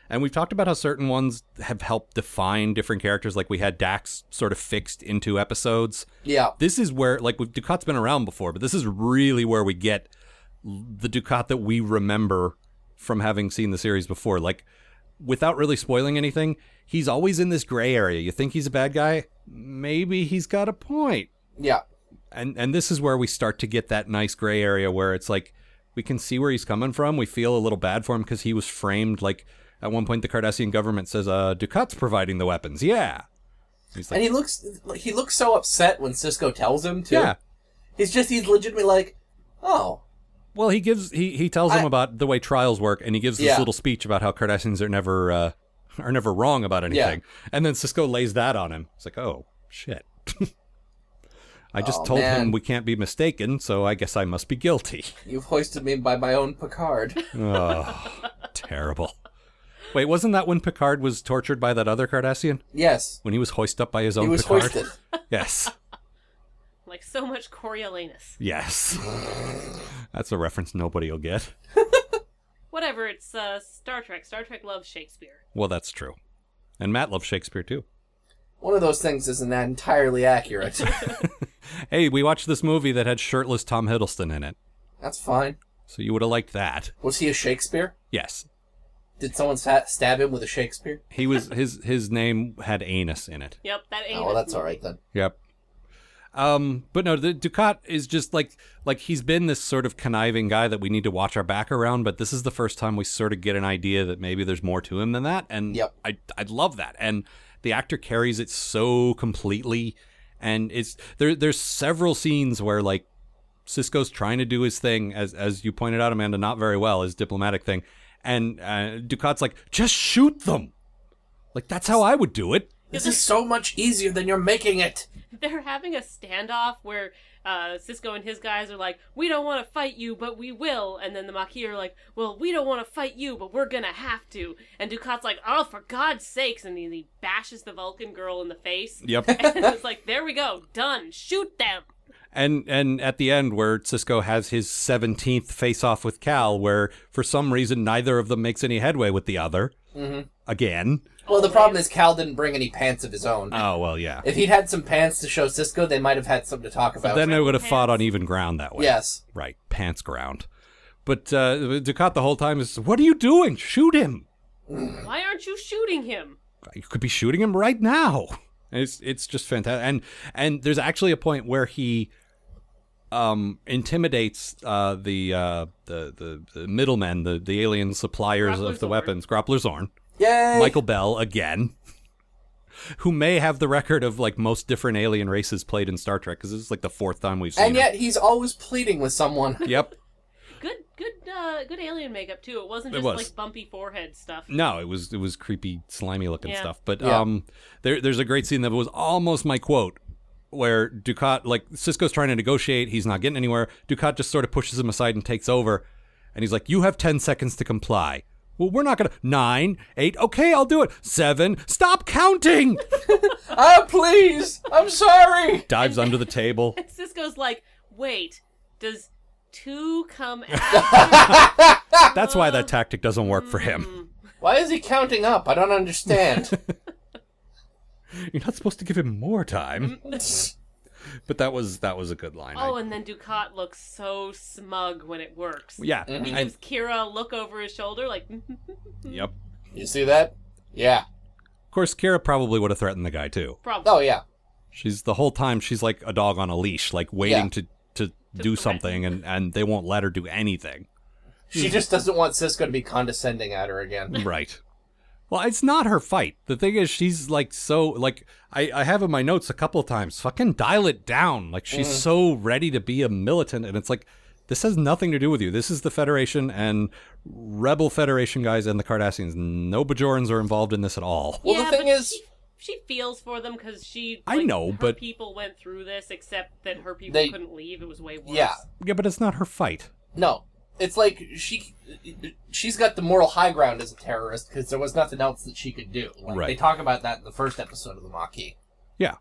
Speaker 2: And we've talked about how certain ones have helped define different characters. Like we had Dax sort of fixed into episodes.
Speaker 3: Yeah.
Speaker 2: This is where like we've, Ducat's been around before, but this is really where we get the Ducat that we remember from having seen the series before. Like, without really spoiling anything, he's always in this gray area. You think he's a bad guy? Maybe he's got a point.
Speaker 3: Yeah.
Speaker 2: And and this is where we start to get that nice gray area where it's like we can see where he's coming from. We feel a little bad for him because he was framed like at one point the Cardassian government says, uh, Ducat's providing the weapons. Yeah. He's like,
Speaker 3: And he looks he looks so upset when Cisco tells him to.
Speaker 2: yeah.
Speaker 3: He's just he's legitimately like, "Oh,
Speaker 2: Well, he gives he he tells
Speaker 3: I-
Speaker 2: him about the way trials work, and he gives this
Speaker 3: Yeah.
Speaker 2: little speech about how Cardassians are never uh, are never wrong about anything. And then Cisco lays that on him. It's like, oh shit! I just
Speaker 3: Oh,
Speaker 2: told him
Speaker 3: man.
Speaker 2: we can't be mistaken, so I guess I must be guilty.
Speaker 3: you've hoisted me by my own Picard."
Speaker 2: Oh, terrible. Wait, wasn't that when Picard was tortured by that other Cardassian?
Speaker 3: Yes.
Speaker 2: When he was hoisted up by his own
Speaker 3: He was
Speaker 2: Picard?
Speaker 3: hoisted.
Speaker 2: Yes.
Speaker 4: Like so much Coriolanus.
Speaker 2: Yes. That's a reference nobody will get.
Speaker 4: Whatever. It's uh, Star Trek. Star Trek loves Shakespeare.
Speaker 2: Well, that's true. And Matt loves Shakespeare too.
Speaker 3: One of those things isn't that entirely accurate.
Speaker 2: Hey, we watched this movie that had shirtless Tom Hiddleston in it.
Speaker 3: That's fine.
Speaker 2: So you would have liked that.
Speaker 3: Was he a Shakespeare?
Speaker 2: Yes.
Speaker 3: Did someone sa- stab him with a Shakespeare?
Speaker 2: He was his his name had anus in it.
Speaker 4: Yep. That ain't.
Speaker 3: Oh, well, that's all right then.
Speaker 2: Yep. Um, but no, the Ducat is just like like he's been this sort of conniving guy that we need to watch our back around, but this is the first time we sort of get an idea that maybe there's more to him than that. And
Speaker 3: Yep.
Speaker 2: I I love that. And the actor carries it so completely and it's there there's several scenes where like Cisco's trying to do his thing as as you pointed out Amanda not very well his diplomatic thing and uh, Ducat's like just shoot them. Like that's how I would do it.
Speaker 3: This is so much easier than you're making it.
Speaker 4: They're having a standoff where uh, Cisco and his guys are like, "We don't want to fight you, but we will." And then the Maquis are like, "Well, we don't want to fight you, but we're gonna have to." And Ducat's like, "Oh, for God's sakes!" And then he bashes the Vulcan girl in the face.
Speaker 2: Yep.
Speaker 4: and it's like, "There we go, done. Shoot them."
Speaker 2: And and at the end where Cisco has his 17th face off with Cal where for some reason neither of them makes any headway with the other. Again.
Speaker 3: Well, the problem is Cal didn't bring any pants of his own.
Speaker 2: Oh well, yeah.
Speaker 3: If he'd had some pants to show Cisco, they might have had something to talk about.
Speaker 2: Then uh, they would have
Speaker 4: Pants.
Speaker 2: fought on even ground that way.
Speaker 3: yes.
Speaker 2: Right, pants ground. But uh, Ducat the whole time is, "What are you doing? Shoot him!
Speaker 4: Why aren't you shooting him?
Speaker 2: You could be shooting him right now." And It's it's just fantastic. And and there's actually a point where he um intimidates uh the uh the the, the middlemen, the the alien suppliers of the
Speaker 4: Grappler Zorn.
Speaker 2: weapons, Grappler Zorn.
Speaker 3: Yay!
Speaker 2: Michael Bell again, who may have the record of like most different alien races played in Star Trek because this is like the fourth time we've seen.
Speaker 3: and yet he's always pleading with someone.
Speaker 2: him. yep.
Speaker 4: Good, good, uh, good alien makeup too. It wasn't
Speaker 2: It
Speaker 4: just
Speaker 2: was.
Speaker 4: like bumpy forehead stuff.
Speaker 2: No, it was it was creepy, slimy looking
Speaker 4: Yeah.
Speaker 2: stuff. But
Speaker 3: Yeah.
Speaker 2: um, there there's a great scene that was almost my quote. Where Ducat, like Cisco's trying to negotiate, he's not getting anywhere. Ducat just sort of pushes him aside and takes over, and he's like, "You have ten seconds to comply." Well, we're not gonna nine, eight. Okay, I'll do it. Seven. Stop counting.
Speaker 3: Ah, please! I'm sorry!
Speaker 2: Dives under the table.
Speaker 4: Cisco's like, "Wait, does two come after?" Mm.
Speaker 2: That's why that tactic doesn't work for him.
Speaker 3: Why is he counting up? I don't understand.
Speaker 4: Mm.
Speaker 2: You're not supposed to give him more time. But that was that was a good line.
Speaker 4: Mm-hmm. oh,
Speaker 2: I-
Speaker 4: and then Ducat looks so smug when it works.
Speaker 2: yeah.
Speaker 4: He
Speaker 2: I-
Speaker 4: gives Kira a look over his shoulder, like,
Speaker 2: yep.
Speaker 3: you see that? Yeah.
Speaker 2: Of course, Kira probably would have threatened the guy too.
Speaker 4: "Probably."
Speaker 3: Oh, yeah.
Speaker 2: She's the whole time she's like a dog on a leash, like waiting
Speaker 3: Yeah.
Speaker 2: to to do
Speaker 4: threaten.
Speaker 2: something, and and they won't let her do anything.
Speaker 3: She
Speaker 2: Hmm.
Speaker 3: just doesn't want Cisco to be condescending at her again.
Speaker 2: right. Well, it's not her fight. The thing is, she's like so like I I have in my notes a couple of times. Fucking dial it down. Like she's so ready to be a militant, and it's like this has nothing to do with you. This is the Federation and Rebel Federation guys and the Cardassians. No Bajorans are involved in this at all.
Speaker 3: Well,
Speaker 4: Yeah,
Speaker 3: the thing
Speaker 4: but
Speaker 3: is,
Speaker 4: she- she feels for them because she.
Speaker 2: I
Speaker 4: like,
Speaker 2: know,
Speaker 4: her
Speaker 2: but-
Speaker 4: people went through this, except that her people
Speaker 3: They-
Speaker 4: couldn't leave. It was way worse.
Speaker 3: Yeah.
Speaker 2: Yeah, but it's not her fight.
Speaker 3: No, it's like she she's got the moral high ground as a terrorist because there was nothing else that she could do. Like,
Speaker 2: Right.
Speaker 3: They talk about that in the first episode of the Maquis.
Speaker 2: Yeah,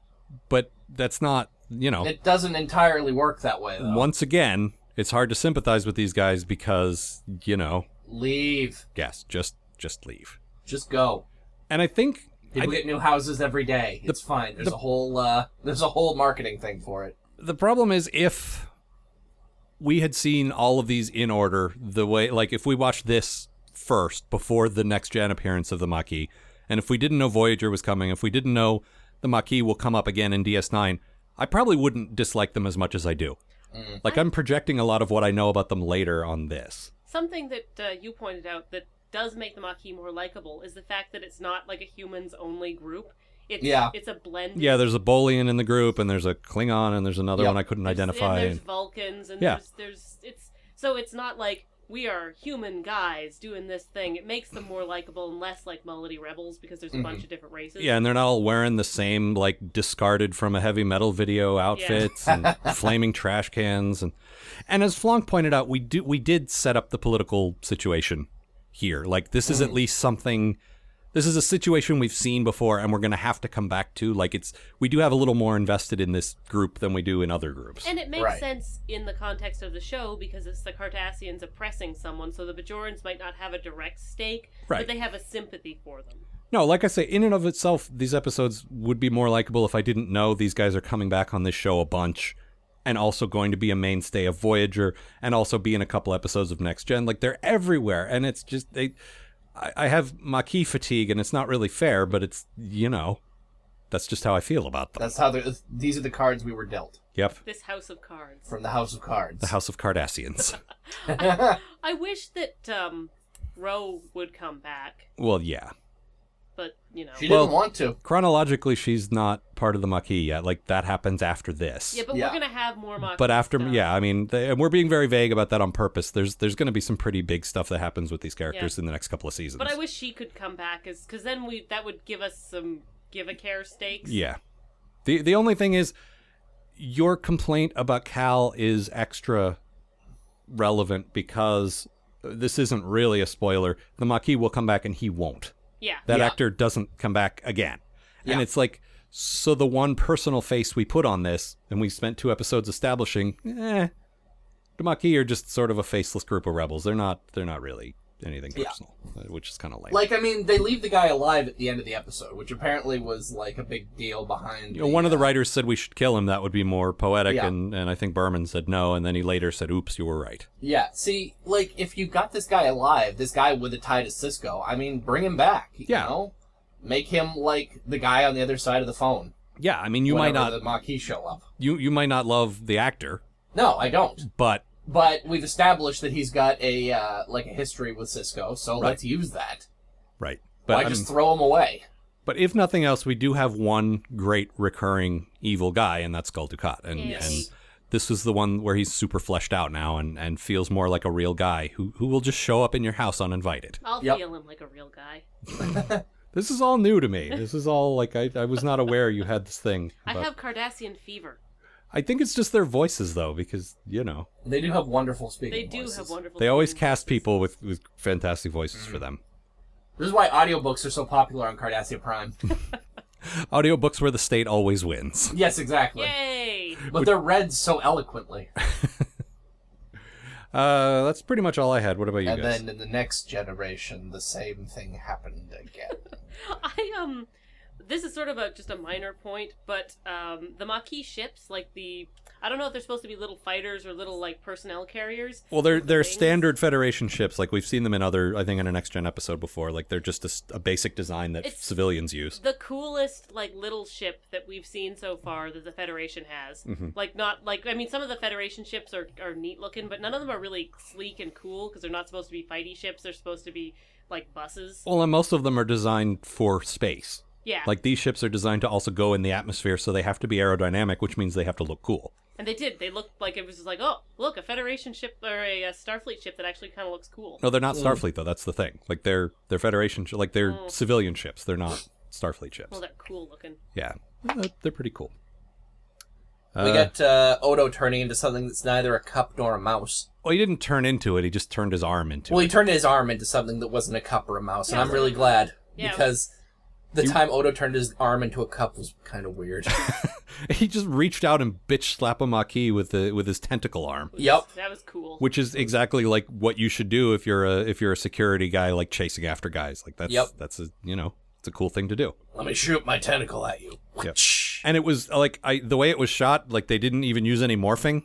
Speaker 2: but that's not you know.
Speaker 3: It doesn't entirely work that way though.
Speaker 2: Once again, it's hard to sympathize with these guys because you know,
Speaker 3: Leave,
Speaker 2: yes, just just leave.
Speaker 3: just go.
Speaker 2: And I think I,
Speaker 3: People get new houses every day. It's fine. There's
Speaker 2: the-
Speaker 3: a whole uh, there's a whole marketing thing for it.
Speaker 2: the problem is if we had seen all of these in order, the way like if we watched this first before the next gen appearance of the Maquis, and if we didn't know Voyager was coming, if we didn't know the Maquis will come up again in DS9, I probably wouldn't dislike them as much as I do. Like I'm projecting a lot of what I know about them later on this.
Speaker 4: Something that uh, you pointed out that does make the Maquis more likable is the fact that it's not like a humans only group. It's,
Speaker 3: Yeah.
Speaker 4: It's a blend.
Speaker 2: Yeah, there's a Bolian in the group, and there's a Klingon, and there's another
Speaker 3: Yep.
Speaker 2: one I couldn't
Speaker 4: There's-
Speaker 2: identify.
Speaker 4: And there's
Speaker 2: and-
Speaker 4: Vulcans, and
Speaker 2: Yeah.
Speaker 4: there's, there's it's so it's not like we are human guys doing this thing. It makes them more likable and less like Mullity rebels because
Speaker 3: Mm-hmm.
Speaker 4: there's a bunch of different races.
Speaker 2: Yeah, and they're not all wearing the same like discarded from a heavy metal video outfits and flaming trash cans and and as Flonk pointed out, we do we did set up the political situation here. Like this is at least something this is a situation we've seen before and we're going to have to come back to. Like it's we do have a little more invested in this group than we do in other groups.
Speaker 4: And it makes
Speaker 3: Right.
Speaker 4: sense in the context of the show because it's the Cardassians oppressing someone, so the Bajorans might not have a direct stake,
Speaker 2: Right.
Speaker 4: but they have a sympathy for them.
Speaker 2: No, like I say, in and of itself, these episodes would be more likable if I didn't know these guys are coming back on this show a bunch and also going to be a mainstay of Voyager and also be in a couple episodes of Next Gen. Like they're everywhere and it's just they I, I have Maquis fatigue and it's not really fair, but it's you know, that's just how I feel about them.
Speaker 3: That's how the these are the cards we were dealt
Speaker 2: Yep.
Speaker 4: This House of Cards.
Speaker 3: from the House of Cards.
Speaker 2: The House of Cardassians.
Speaker 4: I wish that um, Ro would come back,
Speaker 2: well, yeah.
Speaker 4: but you know.
Speaker 3: she didn't
Speaker 2: Well-
Speaker 3: want to.
Speaker 2: Chronologically she's not part of the Maquis yet. Like that happens after this.
Speaker 4: yeah, but
Speaker 3: Yeah.
Speaker 4: we're gonna have more Maquis
Speaker 2: but after
Speaker 4: stuff.
Speaker 2: yeah i mean they, and we're being very vague about that on purpose there's there's going to be some pretty big stuff that happens with these characters in the next couple of seasons
Speaker 4: But I wish she could come back, is because then we that would give us some give a care stakes.
Speaker 2: yeah the the only thing is your complaint about cal is extra relevant because this isn't really a spoiler the maquis will come back and he won't
Speaker 4: yeah.
Speaker 2: that
Speaker 3: Yeah.
Speaker 2: actor doesn't come back again and
Speaker 3: Yeah.
Speaker 2: it's like so the one personal face we put on this and we spent two episodes establishing eh the Maquis are just sort of a faceless group of rebels they're not they're not really anything
Speaker 3: Yeah.
Speaker 2: personal uh, which is kind of lame
Speaker 3: Like I mean, they leave the guy alive at the end of the episode, which apparently was like a big deal behind.
Speaker 2: You know, one of the writers said we should kill him that would be more poetic
Speaker 3: uh, Yeah.
Speaker 2: and, and i think berman said no and then he later said oops you were right
Speaker 3: Yeah, see, like if you got this guy alive, this guy with a tie to Cisco, I mean, bring him back. You
Speaker 2: Yeah.
Speaker 3: know? Make him like the guy on the other side of the phone.
Speaker 2: yeah i mean you might
Speaker 3: whenever
Speaker 2: not
Speaker 3: the Maquis show up.
Speaker 2: you, you might not love the actor
Speaker 3: No, I don't.
Speaker 2: but
Speaker 3: But we've established that he's got a uh, like a history with Cisco, so let's use that.
Speaker 2: right but um,
Speaker 3: Why
Speaker 2: I'm-
Speaker 3: just throw him away?
Speaker 2: But if nothing else, we do have one great recurring evil guy, and that's Gul Dukat. And,
Speaker 4: Yes.
Speaker 2: and this is the one where he's super fleshed out now and, and feels more like a real guy who, who will just show up in your house uninvited.
Speaker 4: I'll
Speaker 3: Yep.
Speaker 4: feel him like a real guy.
Speaker 2: This is all new to me. This is all like I, I was not aware you had this thing.
Speaker 4: I
Speaker 2: about-
Speaker 4: have Cardassian fever.
Speaker 2: I think it's just their voices, though, because, you know,
Speaker 3: They do have wonderful speaking.
Speaker 4: They do
Speaker 3: voices.
Speaker 4: have wonderful.
Speaker 2: they always
Speaker 4: singing
Speaker 2: cast
Speaker 4: voices. Mm.
Speaker 2: people with, with fantastic voices for them.
Speaker 3: This is why audiobooks are so popular on Cardassia Prime.
Speaker 2: Audiobooks where the state always wins.
Speaker 3: yes, exactly.
Speaker 4: Yay!
Speaker 3: But they're read so eloquently.
Speaker 2: Uh, that's pretty much all I had. What about you
Speaker 3: and
Speaker 2: guys?
Speaker 3: then in the next generation, the same thing happened again.
Speaker 4: I um, this is sort of a just a minor point, but um, the Maquis ships, like the, I don't know if they're supposed to be little fighters or little like personnel carriers.
Speaker 2: Well, they're they're
Speaker 4: things.
Speaker 2: standard Federation ships. Like we've seen them in other, I think, in a next gen episode before. Like they're just a s- a, basic design that
Speaker 4: It's-
Speaker 2: civilians use.
Speaker 4: The coolest like little ship that we've seen so far that the Federation has,
Speaker 2: Mm-hmm.
Speaker 4: like not like I mean some of the Federation ships are are neat looking, but none of them are really sleek and cool because they're not supposed to be fighty ships. They're supposed to be like buses.
Speaker 2: Well, and most of them are designed for space.
Speaker 4: Yeah,
Speaker 2: Like these ships are designed to also go in the atmosphere, so they have to be aerodynamic, which means they have to look cool.
Speaker 4: and they did. They looked like it was just like oh look a Federation ship or a, uh Starfleet ship that actually kind of looks cool.
Speaker 2: Oh.
Speaker 3: Mm.
Speaker 2: No, they're not Starfleet though. That's the thing. Like they're they're Federation, sh- like they're civilian ships. They're not Starfleet ships.
Speaker 4: Oh. Well, they're cool looking.
Speaker 2: Yeah, Uh, they're pretty cool.
Speaker 3: we
Speaker 2: Uh,
Speaker 3: got uh, Odo turning into something that's neither a cup nor a mouse.
Speaker 2: Well, he didn't turn into it. He just turned his arm into
Speaker 3: Well,
Speaker 2: it.
Speaker 3: he turned his arm into something that wasn't a cup or a mouse, and
Speaker 4: Yeah.
Speaker 3: I'm really glad
Speaker 4: Yeah.
Speaker 3: because the
Speaker 2: You-
Speaker 3: time Odo turned his arm into a cup was kind of weird.
Speaker 2: He just reached out and bitch slap a Maquis with the with his tentacle arm,
Speaker 4: Oops,
Speaker 3: Yep.
Speaker 4: That was cool.
Speaker 2: which is exactly like what you should do if you're a if you're a security guy like chasing after guys. Like that's
Speaker 3: Yep.
Speaker 2: that's a you know it's a cool thing to do.
Speaker 3: Let me shoot my tentacle at you.
Speaker 2: Yep. And it was like I the way it was shot, like they didn't even use any morphing.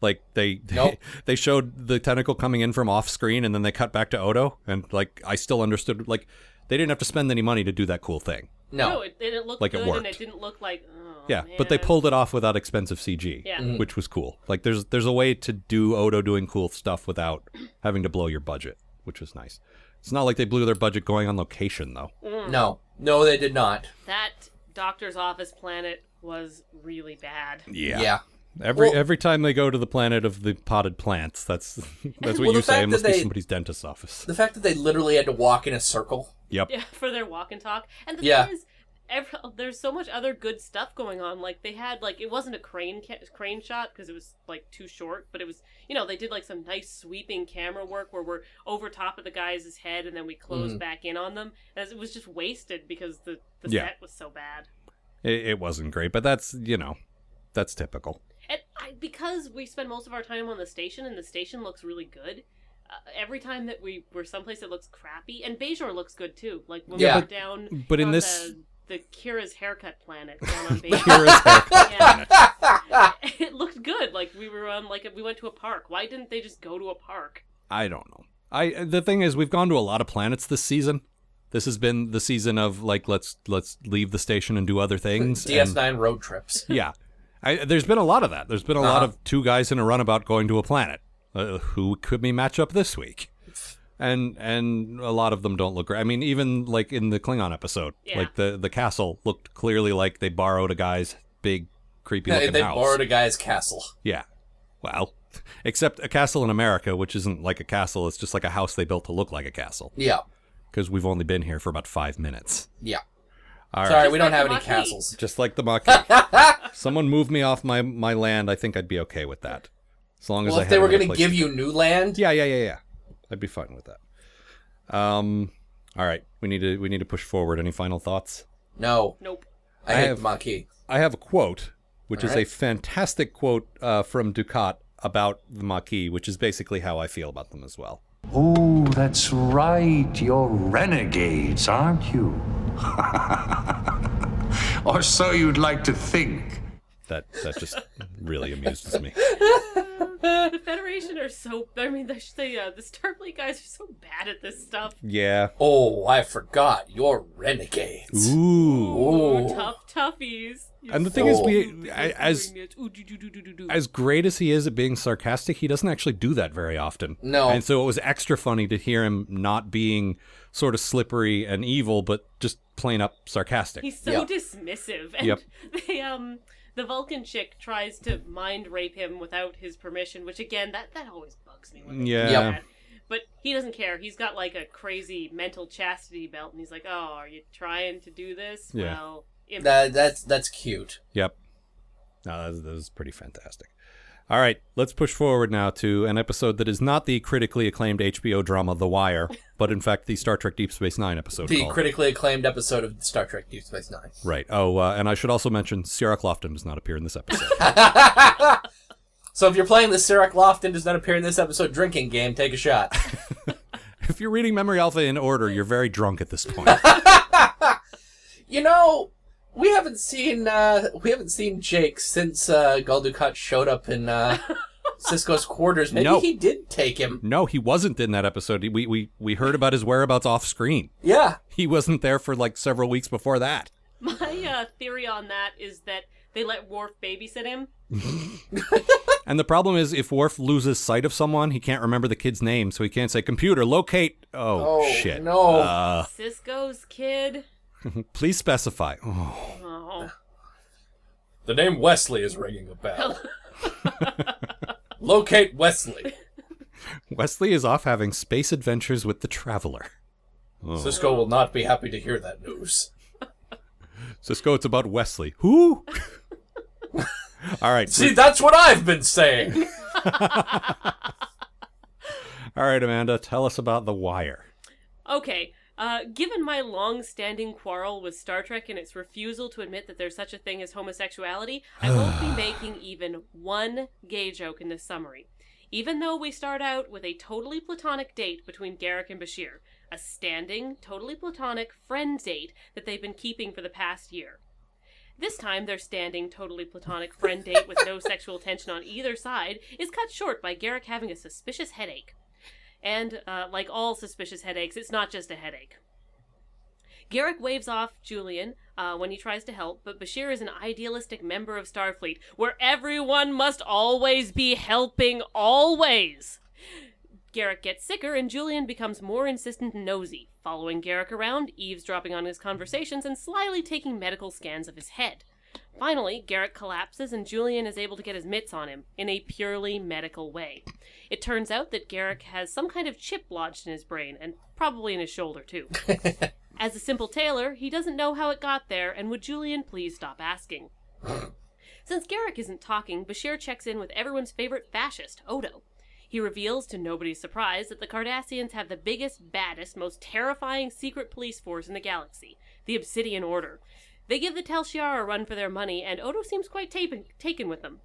Speaker 2: Like they they,
Speaker 3: Nope.
Speaker 2: they showed the tentacle coming in from off screen, and then they cut back to Odo, and like I still understood like they didn't have to spend any money to do that cool thing.
Speaker 3: No.
Speaker 4: it, and it looked
Speaker 2: Like it
Speaker 4: good, and
Speaker 2: worked.
Speaker 4: it didn't look like. Oh,
Speaker 2: Yeah, but they
Speaker 4: man.
Speaker 2: pulled it off without expensive CG,
Speaker 4: Yeah.
Speaker 2: which was cool. Like there's there's a way to do Odo doing cool stuff without having to blow your budget, which was nice. It's not like they blew their budget going on location though.
Speaker 3: No. No, they did not.
Speaker 4: Mm. That doctor's office planet was really bad.
Speaker 3: Yeah.
Speaker 2: Every
Speaker 3: Well-
Speaker 2: every time they go to the planet of the potted plants, that's that's what
Speaker 3: Well, the
Speaker 2: you say.
Speaker 3: fact
Speaker 2: It
Speaker 3: that
Speaker 2: must be
Speaker 3: they-
Speaker 2: somebody's dentist's office.
Speaker 3: The fact that they literally had to walk in a circle.
Speaker 2: Yep.
Speaker 4: Yeah, for their walk and talk. And the
Speaker 3: Yeah.
Speaker 4: thing is, every, there's so much other good stuff going on. Like they had like it wasn't a crane ca- crane shot because it was like too short, but it was you know they did like some nice sweeping camera work where we're over top of the guy's head and then we close
Speaker 3: Mm-hmm.
Speaker 4: back in on them. And it was just wasted because the the
Speaker 2: Yeah.
Speaker 4: set was so bad.
Speaker 2: It, it wasn't great, but that's you know, that's typical.
Speaker 4: And I, because we spend most of our time on the station, and the station looks really good. Uh, every time that we were someplace that looks crappy, and Bejor looks good too. Like when
Speaker 3: Yeah.
Speaker 4: we were down,
Speaker 2: but in
Speaker 4: on
Speaker 2: this-
Speaker 4: the, the Kira's haircut planet down on Bejor,
Speaker 2: Here is Hawk.
Speaker 4: yeah, it looked good. Like we were on, like we went to a park. Why didn't they just go to a park?
Speaker 2: I don't know. I the thing is, we've gone to a lot of planets this season. This has been the season of like let's let's leave the station and do other things. and-
Speaker 3: DS9 road trips.
Speaker 2: yeah. I, there's been a lot of that. There's been a lot
Speaker 3: Uh-huh.
Speaker 2: of two guys in a runabout going to a planet. Uh, who could we match up this week? And and a lot of them don't look. great. I mean, even like in the Klingon episode,
Speaker 4: Yeah.
Speaker 2: like the the castle looked clearly like they borrowed a guy's big creepy
Speaker 3: They,
Speaker 2: looking
Speaker 3: they
Speaker 2: house.
Speaker 3: borrowed a guy's castle.
Speaker 2: yeah. Well, except a castle in America, which isn't like a castle. It's just like a house they built to look like a castle
Speaker 3: Yeah.
Speaker 2: because we've only been here for about five minutes.
Speaker 3: Yeah.
Speaker 2: All right.
Speaker 3: Sorry,
Speaker 4: Just
Speaker 3: we don't
Speaker 4: like
Speaker 3: have
Speaker 4: the
Speaker 3: any
Speaker 4: Maquis.
Speaker 3: castles.
Speaker 2: Just like the Maquis. Someone move me off my, my land. I think I'd be okay with that. As long as
Speaker 3: Well,
Speaker 2: I
Speaker 3: if
Speaker 2: had
Speaker 3: they were
Speaker 2: another
Speaker 3: going to
Speaker 2: place
Speaker 3: give you new land,
Speaker 2: Yeah, yeah, yeah, yeah. I'd be fine with that. Um. All right. We need to we need to push forward. Any final thoughts?
Speaker 3: no.
Speaker 4: Nope.
Speaker 3: I,
Speaker 2: I
Speaker 3: hate
Speaker 2: have-
Speaker 3: the Maquis.
Speaker 2: I have a quote, which
Speaker 3: All
Speaker 2: is a
Speaker 3: right.
Speaker 2: fantastic quote uh, from Ducat about the Maquis, which is basically how I feel about them as well.
Speaker 5: Oh, that's right. You're renegades, aren't you? or so you'd like to think.
Speaker 2: That that just really amuses me.
Speaker 4: The Federation are so. I mean, the, the uh, the Starfleet guys are so bad at this stuff.
Speaker 2: Yeah.
Speaker 3: Oh, I forgot. You're renegades.
Speaker 2: Ooh.
Speaker 4: Ooh, tough toughies. You
Speaker 2: And the thing is,
Speaker 3: Oh.
Speaker 2: we I, as
Speaker 4: Ooh, do, do, do, do, do, do.
Speaker 2: as great as he is at being sarcastic, he doesn't actually do that very often.
Speaker 3: No.
Speaker 2: And so it was extra funny to hear him not being sort of slippery and evil, but just plain up sarcastic.
Speaker 4: He's so
Speaker 3: Yeah.
Speaker 4: dismissive. And
Speaker 2: Yep.
Speaker 4: they um the Vulcan chick tries to mind rape him without his permission, which again that that always bugs me when they do
Speaker 2: yeah.
Speaker 3: Yep.
Speaker 4: that. But he doesn't care. He's got like a crazy mental chastity belt and he's like, "Oh, are you trying to do this?"
Speaker 2: Yeah.
Speaker 4: Well, if-
Speaker 3: That, that's that's cute.
Speaker 2: Yep. No, that was, that was pretty fantastic. All right, let's push forward now to an episode that is not the critically acclaimed HBO drama The Wire, but in fact the Star Trek Deep Space Nine episode.
Speaker 3: The
Speaker 2: called-
Speaker 3: critically acclaimed episode of Star Trek Deep Space Nine.
Speaker 2: right. Oh, uh, and I should also mention Sarah Clofton does not appear in this episode.
Speaker 3: So if you're playing the Sirach Lofton does not appear in this episode drinking game, take a shot.
Speaker 2: if you're reading Memory Alpha in order, you're very drunk at this point.
Speaker 3: you know, we haven't seen uh, we haven't seen Jake since uh, Galdukat showed up in uh, Cisco's quarters. Maybe
Speaker 2: No.
Speaker 3: he did take him.
Speaker 2: no, he wasn't in that episode. We we we heard about his whereabouts off screen.
Speaker 3: Yeah,
Speaker 2: He wasn't there for like several weeks before that.
Speaker 4: my uh, theory on that is that they let Worf babysit him.
Speaker 2: And the problem is, if Worf loses sight of someone, he can't remember the kid's name, so he can't say, "Computer, locate." Oh,
Speaker 3: Oh,
Speaker 2: shit!
Speaker 3: no.
Speaker 2: Uh,
Speaker 4: Cisco's kid.
Speaker 2: please specify. Oh,
Speaker 4: Oh.
Speaker 3: the name Wesley is ringing a bell. Locate Wesley.
Speaker 2: Wesley is off having space adventures with the Traveler.
Speaker 3: Cisco will not be happy to hear that news.
Speaker 2: Cisco, it's about Wesley. Who? All right.
Speaker 3: See, that's what I've been saying.
Speaker 2: All right, Amanda, tell us about The Wire.
Speaker 4: Okay. Uh, given my long-standing quarrel with Star Trek and its refusal to admit that there's such a thing as homosexuality, I won't be making even one gay joke in this summary. Even though we start out with a totally platonic date between Garrick and Bashir, a standing, totally platonic friend date that they've been keeping for the past year. This time, their standing, totally platonic friend date with no sexual tension on either side is cut short by Garrick having a suspicious headache. And uh, like all suspicious headaches, it's not just a headache. Garrick waves off Julian uh, when he tries to help, but Bashir is an idealistic member of Starfleet where everyone must always be helping, always. Garrick gets sicker, and Julian becomes more insistent and nosy, following Garrick around, eavesdropping on his conversations, and slyly taking medical scans of his head. Finally, Garrick collapses and Julian is able to get his mitts on him in a purely medical way. It turns out that Garrick has some kind of chip lodged in his brain and probably in his shoulder too. As a simple tailor, he doesn't know how it got there and would Julian please stop asking? Since Garrick isn't talking, Bashir checks in with everyone's favorite fascist, Odo. He reveals, to nobody's surprise, that the Cardassians have the biggest, baddest, most terrifying secret police force in the galaxy the Obsidian Order. They give the Tel Shiar a run for their money, and Odo seems quite taken, taken with them.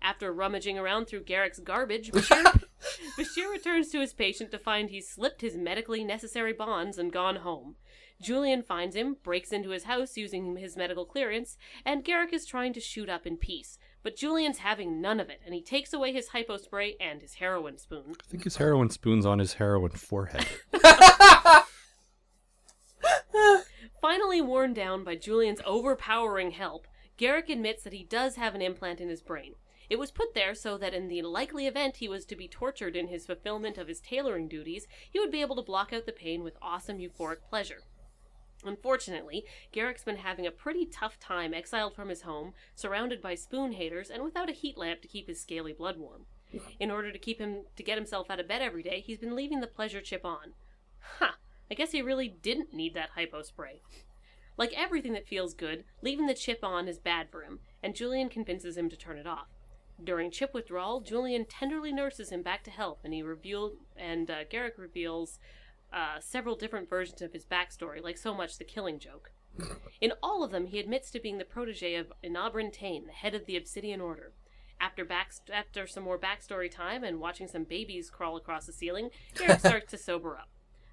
Speaker 4: After rummaging around through Garrick's garbage, Bashir, Bashir returns to his patient to find he's slipped his medically necessary bonds and gone home. Julian finds him, breaks into his house using his medical clearance, and Garrick is trying to shoot up in peace. But Julian's having none of it, and he takes away his hypo spray and his heroin spoon.
Speaker 2: I think his heroin spoon's on his heroin forehead.
Speaker 4: Finally worn down by Julian's overpowering help, Garrick admits that he does have an implant in his brain. It was put there so that in the likely event he was to be tortured in his fulfillment of his tailoring duties, he would be able to block out the pain with awesome euphoric pleasure. Unfortunately, Garrick's been having a pretty tough time exiled from his home, surrounded by spoon haters, and without a heat lamp to keep his scaly blood warm. In order to keep him to get himself out of bed every day, he's been leaving the pleasure chip on. Huh, I guess he really didn't need that hypo spray. Like everything that feels good, leaving the chip on is bad for him, and Julian convinces him to turn it off. During chip withdrawal, Julian tenderly nurses him back to health, and he revealed and uh, Garrick reveals uh, several different versions of his backstory, like so much the Killing Joke. In all of them, he admits to being the protege of Inabrin Tain, the head of the Obsidian Order. After back after some more backstory time and watching some babies crawl across the ceiling, Garrick starts to sober up.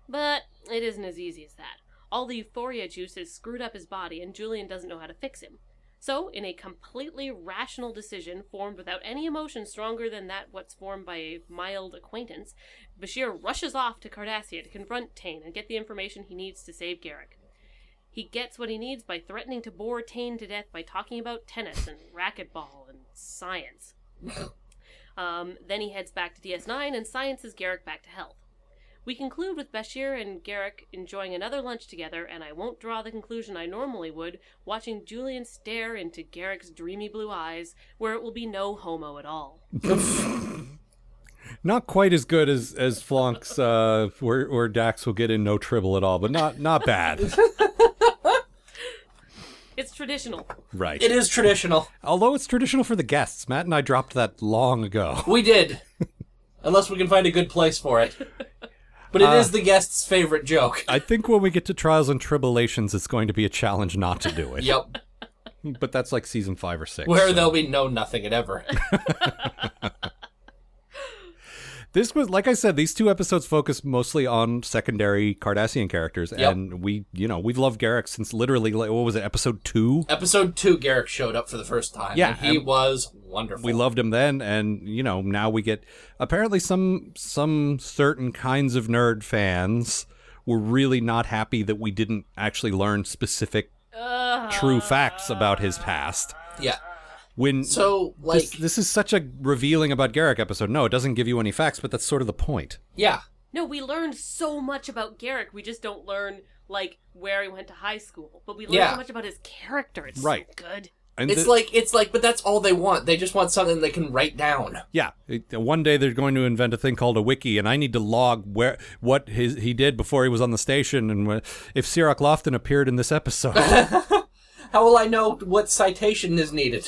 Speaker 4: But it isn't as easy as that. All the euphoria juice has screwed up his body, and Julian doesn't know how to fix him. So, in a completely rational decision formed without any emotion stronger than that what's formed by a mild acquaintance, Bashir rushes off to Cardassia to confront Tane and get the information he needs to save Garrick. He gets what he needs by threatening to bore Tane to death by talking about tennis and racquetball and science. Um, then he heads back to DS9 and sciences Garrick back to health. We conclude with Bashir and Garrick enjoying another lunch together, and I won't draw the conclusion I normally would, watching Julian stare into Garrick's dreamy blue eyes, where it will be no homo at all.
Speaker 2: not quite as good as as Flonk's, uh, where where Dax will get in no tribble at all, but not not bad.
Speaker 4: It's traditional.
Speaker 2: right.
Speaker 3: It is traditional.
Speaker 2: Although it's traditional for the guests, Matt and I dropped that long ago.
Speaker 3: We did. Unless we can find a good place for it. But
Speaker 2: Uh,
Speaker 3: it is the guest's favorite joke.
Speaker 2: I think when we get to trials and tribulations, it's going to be a challenge not to do it.
Speaker 3: Yep.
Speaker 2: But that's like season five or six.
Speaker 3: Where
Speaker 2: so.
Speaker 3: there'll be no nothing at ever.
Speaker 2: This was, like I said, these two episodes focus mostly on secondary Cardassian characters,
Speaker 3: Yep.
Speaker 2: and we, you know, we've loved Garrick since literally, like, what was it, episode two?
Speaker 3: Episode two, Garrick showed up for the first time.
Speaker 2: Yeah,
Speaker 3: and he
Speaker 2: and-
Speaker 3: was wonderful.
Speaker 2: We loved him then, and you know, now we get apparently some some certain kinds of nerd fans were really not happy that we didn't actually learn specific true facts about his past.
Speaker 3: Yeah.
Speaker 2: When
Speaker 3: So like,
Speaker 2: this, this is such a revealing about Garrick episode. No, it doesn't give you any facts, but that's sort of the point.
Speaker 3: yeah,
Speaker 4: No, we learned so much about Garrick, we just don't learn, like, where he went to high school. But we learn
Speaker 3: Yeah.
Speaker 4: so much about his character. It's
Speaker 2: Right.
Speaker 4: so good.
Speaker 2: And
Speaker 3: it's
Speaker 2: the-
Speaker 3: like it's like, but that's all they want. They just want something they can write down.
Speaker 2: yeah, it- one day they're going to invent a thing called a wiki, and I need to log where what his, he did before he was on the station, and wh- if Sirach Lofton appeared in this episode.
Speaker 3: How will I know what citation is needed?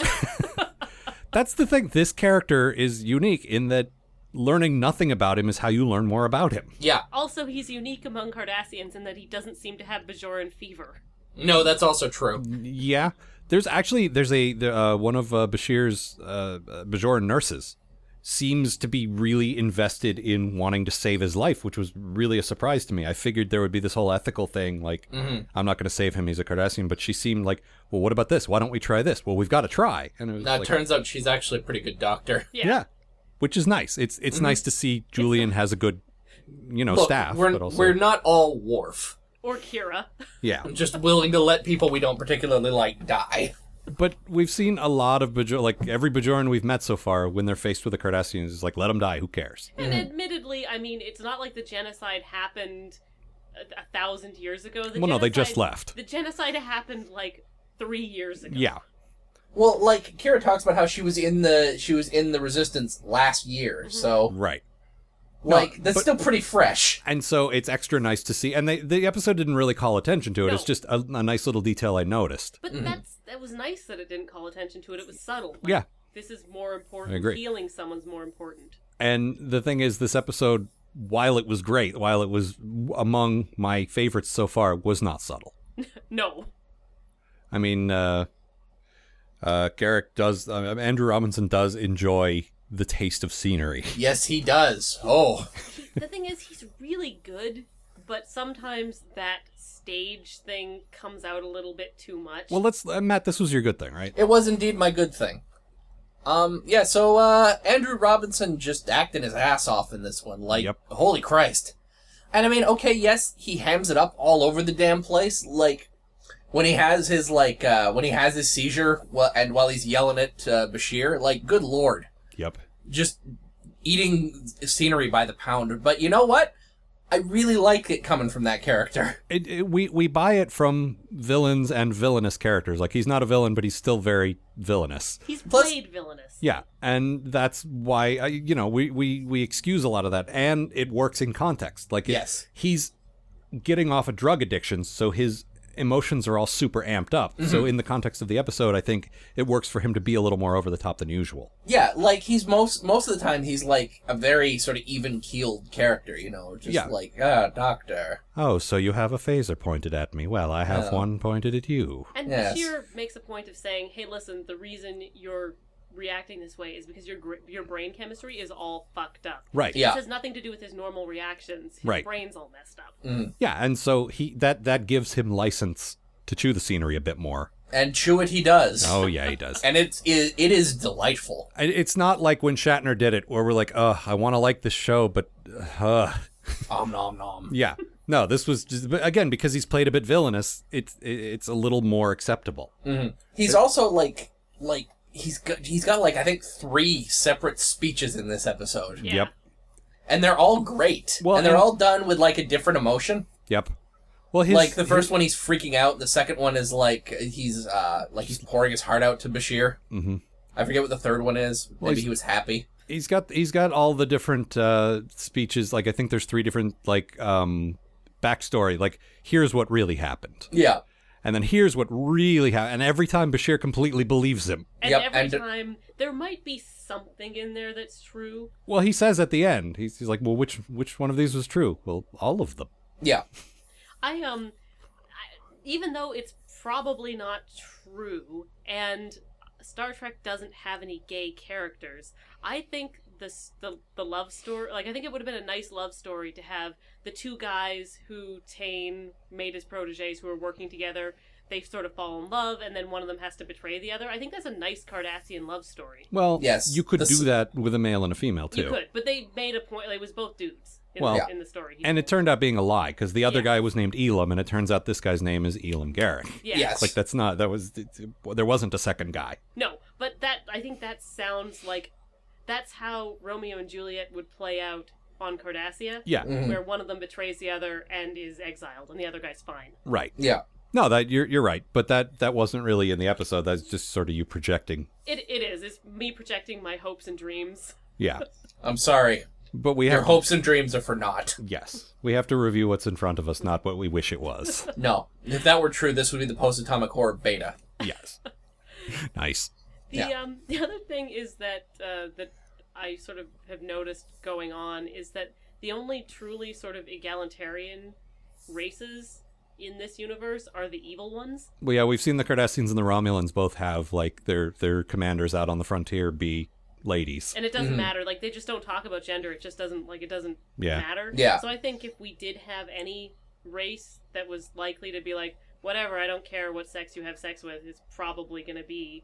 Speaker 2: That's the thing. This character is unique in that learning nothing about him is how you learn more about him.
Speaker 3: yeah.
Speaker 4: Also, he's unique among Cardassians in that he doesn't seem to have Bajoran fever.
Speaker 3: No, that's also true.
Speaker 2: Mm, Yeah, there's actually there's a the, uh, one of uh, Bashir's uh, Bajoran nurses seems to be really invested in wanting to save his life, which was really a surprise to me. I figured there would be this whole ethical thing, like
Speaker 3: Mm-hmm.
Speaker 2: I'm not going to save him; he's a Cardassian. But she seemed like, well, what about this? Why don't we try this? Well, we've got to try. And it was
Speaker 3: Now, it
Speaker 2: like,
Speaker 3: turns out she's actually a pretty good doctor.
Speaker 2: yeah. which is nice. It's it's nice to see Julian has a good, you know,
Speaker 3: Mm-hmm. Look,
Speaker 2: staff.
Speaker 3: we're,
Speaker 2: but also,
Speaker 3: we're not all Worf.
Speaker 4: Or Kira.
Speaker 2: yeah.
Speaker 3: I'm just willing to let people we don't particularly like die.
Speaker 2: But we've seen a lot of Bajor, like every Bajoran we've met so far, when they're faced with a Cardassian, is like, let them die. Who cares?
Speaker 4: And admittedly, I mean, it's not like the genocide happened a, a thousand years ago. The
Speaker 2: Well, no, they just
Speaker 4: genocide-
Speaker 2: left.
Speaker 4: The genocide happened like three years ago.
Speaker 2: Yeah,
Speaker 3: Well, like Kira talks about how she was in the she was in the resistance last year, so
Speaker 2: right.
Speaker 3: like that's
Speaker 2: but-
Speaker 3: still pretty fresh.
Speaker 2: And so it's extra nice to see. And they, the episode didn't really call attention to it. It's
Speaker 4: No.
Speaker 2: just a, a nice little detail I noticed.
Speaker 4: But that's that was nice that it didn't call attention to it. It was subtle. Like,
Speaker 2: Mm-hmm. Yeah.
Speaker 4: This is more important.
Speaker 2: I agree.
Speaker 4: Healing someone's more important.
Speaker 2: And the thing is, this episode, while it was great, while it was among my favorites so far, was not subtle.
Speaker 4: No.
Speaker 2: I mean, uh, uh, Garrick does, uh, Andrew Robinson does enjoy the taste of scenery.
Speaker 3: Yes, he does. Oh,
Speaker 4: the thing is, he's really good, but sometimes that stage thing comes out a little bit too much.
Speaker 2: Well, let's, uh, Matt, this was your good thing, right?
Speaker 3: it was indeed my good thing. Um, yeah. So uh, Andrew Robinson just acted his ass off in this one. Like,
Speaker 2: Yep.
Speaker 3: holy Christ! And I mean, okay, yes, he hams it up all over the damn place. Like when he has his like uh, when he has his seizure, well, and while he's yelling at uh, Bashir, like, good lord.
Speaker 2: Yep.
Speaker 3: just eating scenery by the pound. But you know what? I really like it coming from that character.
Speaker 2: It, it, we, we buy it from villains and villainous characters. Like, he's not a villain, but he's still very villainous.
Speaker 4: he's
Speaker 3: plus-
Speaker 4: played villainous.
Speaker 2: Yeah, and that's why I, you know we, we we excuse a lot of that, and it works in context. Like it-
Speaker 3: Yes.
Speaker 2: he's getting off a drug addiction, so his emotions are all super amped up. So in the context of the episode, I think it works for him to be a little more over the top than usual.
Speaker 3: Yeah, like he's most most of the time he's like a very sort of even keeled character, you know, just
Speaker 2: Yeah.
Speaker 3: like ah, doctor.
Speaker 2: Oh, so you have a phaser pointed at me? Well, I have one pointed at you.
Speaker 4: And
Speaker 3: Yes.
Speaker 4: Bashir makes a point of saying, "Hey, listen, the reason you're reacting this way is because your gr- your brain chemistry is all fucked up.
Speaker 2: Right.
Speaker 4: This
Speaker 3: Yeah.
Speaker 4: has nothing to do with his normal reactions. His
Speaker 2: Right.
Speaker 4: brain's all messed up.
Speaker 3: Mm-hmm.
Speaker 2: Yeah, and so he that that gives him license to chew the scenery a bit more.
Speaker 3: And chew it he does.
Speaker 2: Oh yeah, he does.
Speaker 3: And it's it, it is delightful.
Speaker 2: I- It's not like when Shatner did it, where we're like, "Ugh, I want to like this show, but uh,
Speaker 3: Om nom nom.
Speaker 2: Yeah. No, this was just but again because he's played a bit villainous. It's it, it's a little more acceptable.
Speaker 3: He's also like like he's got, he's got like I think three separate speeches in this episode.
Speaker 4: Yeah.
Speaker 2: Yep.
Speaker 3: And they're all great.
Speaker 2: Well,
Speaker 3: and they're
Speaker 2: and-
Speaker 3: all done with like a different emotion.
Speaker 2: Yep. Well, his
Speaker 3: like the first one, he's freaking out. The second one is like he's uh like he's pouring his heart out to Bashir. Mm-hmm. I forget what the third one is. Maybe
Speaker 2: he's-
Speaker 3: he was happy.
Speaker 2: he's got he's got all the different uh, speeches. Like I think there's three different like um backstory. Like here's what really happened,
Speaker 3: Yeah,
Speaker 2: and then here's what really happened. And every time Bashir completely believes him.
Speaker 4: And
Speaker 3: Yep,
Speaker 4: every
Speaker 3: and-
Speaker 4: time there might be something in there that's true.
Speaker 2: Well, he says at the end, he's, he's like, "Well, which which one of these was true? Well, all of them."
Speaker 3: yeah,
Speaker 4: I um, I, even though it's probably not true, and Star Trek doesn't have any gay characters, I think this the the love story. Like, I think it would have been a nice love story to have the two guys who Tane made his proteges, who are working together. They sort of fall in love, and then one of them has to betray the other. I think that's a nice Cardassian love story.
Speaker 2: Well,
Speaker 3: Yes,
Speaker 2: you could
Speaker 3: this-
Speaker 2: do that with a male and a female too.
Speaker 4: You could, but they made a point. Like, it was both dudes in,
Speaker 2: Well-
Speaker 4: the, in the story. He
Speaker 2: And it
Speaker 4: said.
Speaker 2: turned out being a lie because the other
Speaker 4: Yeah.
Speaker 2: guy was named Elam, and it turns out this guy's name is Elam Garrick.
Speaker 4: yeah.
Speaker 3: yes,
Speaker 2: Like that's not that was there wasn't a second guy.
Speaker 4: No, but that I think that sounds like that's how Romeo and Juliet would play out on Cardassia.
Speaker 2: Yeah,
Speaker 3: Mm.
Speaker 4: Where one of them betrays the other and is exiled, and the other guy's fine.
Speaker 2: right.
Speaker 3: yeah.
Speaker 2: No, that you're you're right, but that that wasn't really in the episode. That's just sort of you projecting.
Speaker 4: It, it is. It's me projecting my hopes and dreams.
Speaker 2: Yeah,
Speaker 3: I'm sorry,
Speaker 2: but we
Speaker 3: your
Speaker 2: have
Speaker 3: hopes and dreams are for naught.
Speaker 2: yes, we have to review what's in front of us, not what we wish it was.
Speaker 3: No, if that were true, this would be the post-atomic horror beta.
Speaker 2: Yes.
Speaker 6: Nice.
Speaker 4: The
Speaker 3: Yeah.
Speaker 4: um the other thing is that uh, that I sort of have noticed going on is that the only truly sort of egalitarian races in this universe are the evil ones.
Speaker 2: Well, yeah, we've seen the Cardassians and the Romulans both have like their their commanders out on the frontier be ladies.
Speaker 4: And it doesn't
Speaker 3: Mhm.
Speaker 4: matter. Like they just don't talk about gender. It just doesn't like it doesn't
Speaker 2: Yeah.
Speaker 4: matter.
Speaker 3: Yeah.
Speaker 4: So I think if we did have any race that was likely to be like, whatever, I don't care what sex you have sex with, it's probably gonna be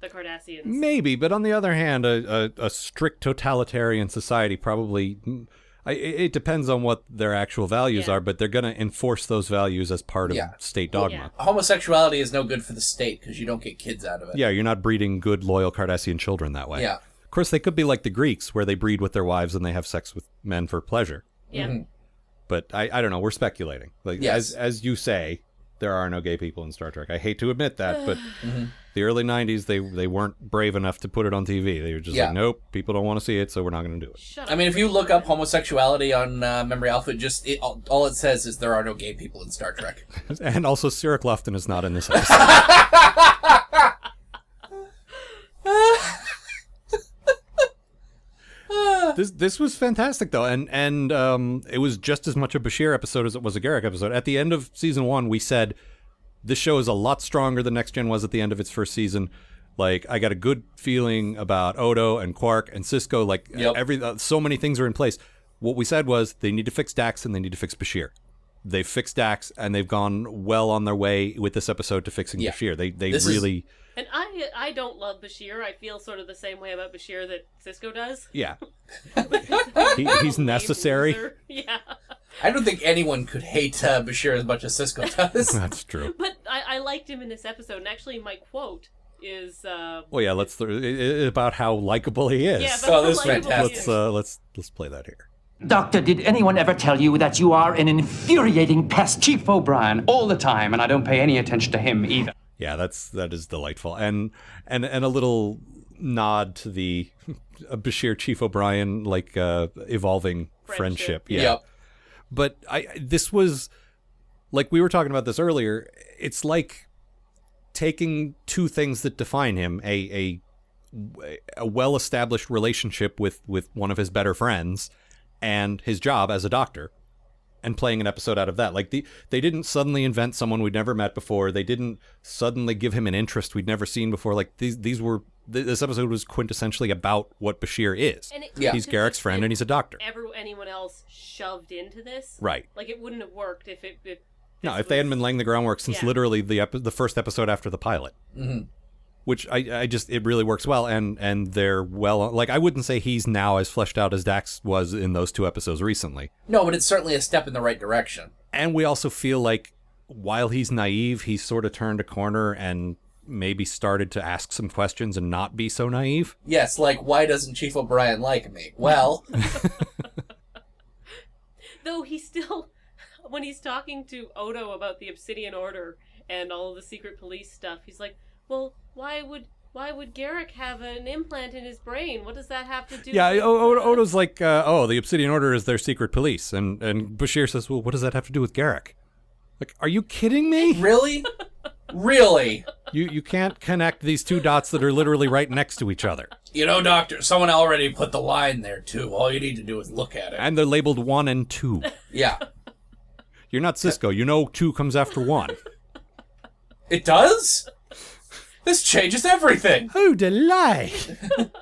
Speaker 4: the Cardassians.
Speaker 2: Maybe, but on the other hand, a, a, a strict totalitarian society probably. I, it it depends on what their actual values
Speaker 4: Yeah.
Speaker 2: are, but they're going to enforce those values as part of
Speaker 3: Yeah.
Speaker 2: state dogma.
Speaker 3: Homosexuality is no good for the state because you don't get kids out of it.
Speaker 2: Yeah. you're not breeding good, loyal Cardassian children that way.
Speaker 3: Yeah.
Speaker 2: Of course, they could be like the Greeks, where they breed with their wives and they have sex with men for pleasure.
Speaker 4: Yeah.
Speaker 3: Mhm.
Speaker 2: But I, I don't know. We're speculating. Like
Speaker 3: Yes.
Speaker 2: as as you say, there are no gay people in Star Trek. I hate to admit that, but
Speaker 3: Mm-hmm.
Speaker 2: the early '90s, they they weren't brave enough to put it on TV. They were just
Speaker 3: Yeah.
Speaker 2: like, nope, people don't want to see it, so we're not going to do it.
Speaker 4: Shut up.
Speaker 3: I mean, if you look up homosexuality on uh, Memory Alpha, just it, all, all it says is there are no gay people in Star Trek.
Speaker 2: And also, Sarah Clofton is not in this episode. this this was fantastic though, and and um, it was just as much a Bashir episode as it was a Garrick episode. At the end of season one, we said this show is a lot stronger than Next Gen was at the end of its first season. Like I got a good feeling about Odo and Quark and Cisco. Like
Speaker 3: Yep.
Speaker 2: every uh, so many things are in place. What we said was they need to fix Dax and they need to fix Bashir. They've fixed Dax and they've gone well on their way with this episode to fixing
Speaker 3: Yeah.
Speaker 2: Bashir. They they
Speaker 3: This is-
Speaker 2: really
Speaker 4: And I I don't love Bashir. I feel sort of the same way about Bashir that Cisco does.
Speaker 2: yeah. he, he's necessary.
Speaker 4: Loser. Yeah.
Speaker 3: I don't think anyone could hate uh, Bashir as much as Cisco does.
Speaker 2: That's true.
Speaker 4: But I, I liked him in this episode, and actually, my quote is uh,
Speaker 2: Well, yeah. Let's th- i- i- about how likable he is.
Speaker 4: yeah.
Speaker 3: Oh,
Speaker 4: how
Speaker 3: this is
Speaker 4: likable he
Speaker 3: fantastic.
Speaker 2: let's uh, let's let's play that here.
Speaker 7: Doctor, did anyone ever tell you that you are an infuriating pest, Chief O'Brien, all the time, and I don't pay any attention to him either?
Speaker 2: Yeah, that's that is delightful, and and and a little nod to the Bashir Chief O'Brien like uh, evolving friendship.
Speaker 4: Friendship.
Speaker 2: Yeah,
Speaker 3: Yep.
Speaker 2: but I this was like we were talking about this earlier. It's like taking two things that define him a a a well established relationship with with one of his better friends and his job as a doctor and playing an episode out of that like the they didn't suddenly invent someone we'd never met before they didn't suddenly give him an interest we'd never seen before like these these were th- this episode was quintessentially about what Bashir is
Speaker 4: And it-
Speaker 3: Yeah.
Speaker 2: he's Garrick's friend and he's a doctor
Speaker 4: Ever anyone else shoved into this?
Speaker 2: right
Speaker 4: Like it wouldn't have worked if it. If
Speaker 2: No,
Speaker 4: this
Speaker 2: if they hadn't
Speaker 4: was-
Speaker 2: been laying the groundwork since
Speaker 4: Yeah.
Speaker 2: literally the epi- the first episode after the pilot,
Speaker 3: Mhm.
Speaker 2: which I, I just it really works well, and and they're well like I wouldn't say he's now as fleshed out as Dax was in those two episodes recently,
Speaker 3: No, but it's certainly a step in the right direction.
Speaker 2: and we also feel like while he's naive, he's sort of turned a corner and maybe started to ask some questions and not be so naive.
Speaker 3: Yes, like why doesn't Chief O'Brien like me? Well,
Speaker 4: Though he still, when he's talking to Odo about the Obsidian Order and all the secret police stuff, he's like, "Well, why would why would Garrick have an implant in his brain? What does that have to do?"
Speaker 2: Yeah,
Speaker 4: with-
Speaker 2: o- O- Odo's like, uh, oh, the Obsidian Order is their secret police, and and Bashir says, well, what does that have to do with Garrick? Like, are you kidding me?
Speaker 3: really, really,
Speaker 2: You you can't connect these two dots that are literally right next to each other,
Speaker 3: you know, Doctor, someone already put the line there too. All you need to do is look at it.
Speaker 2: and they're labeled one and two.
Speaker 3: Yeah,
Speaker 2: You're not Cisco. You know two comes after one.
Speaker 3: it does. This changes everything.
Speaker 2: Oh, delight!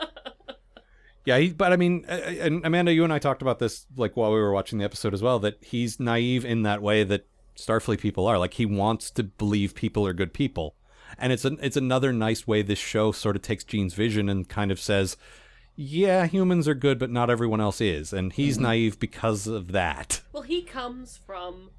Speaker 2: yeah, he, but I mean, uh, and Amanda, you and I talked about this like while we were watching the episode as well. That he's naive in that way that Starfleet people are. Like he wants to believe people are good people, and it's an it's another nice way this show sort of takes Gene's vision and kind of says, yeah, humans are good, but not everyone else is, and he's naive because of that.
Speaker 4: Well, he comes from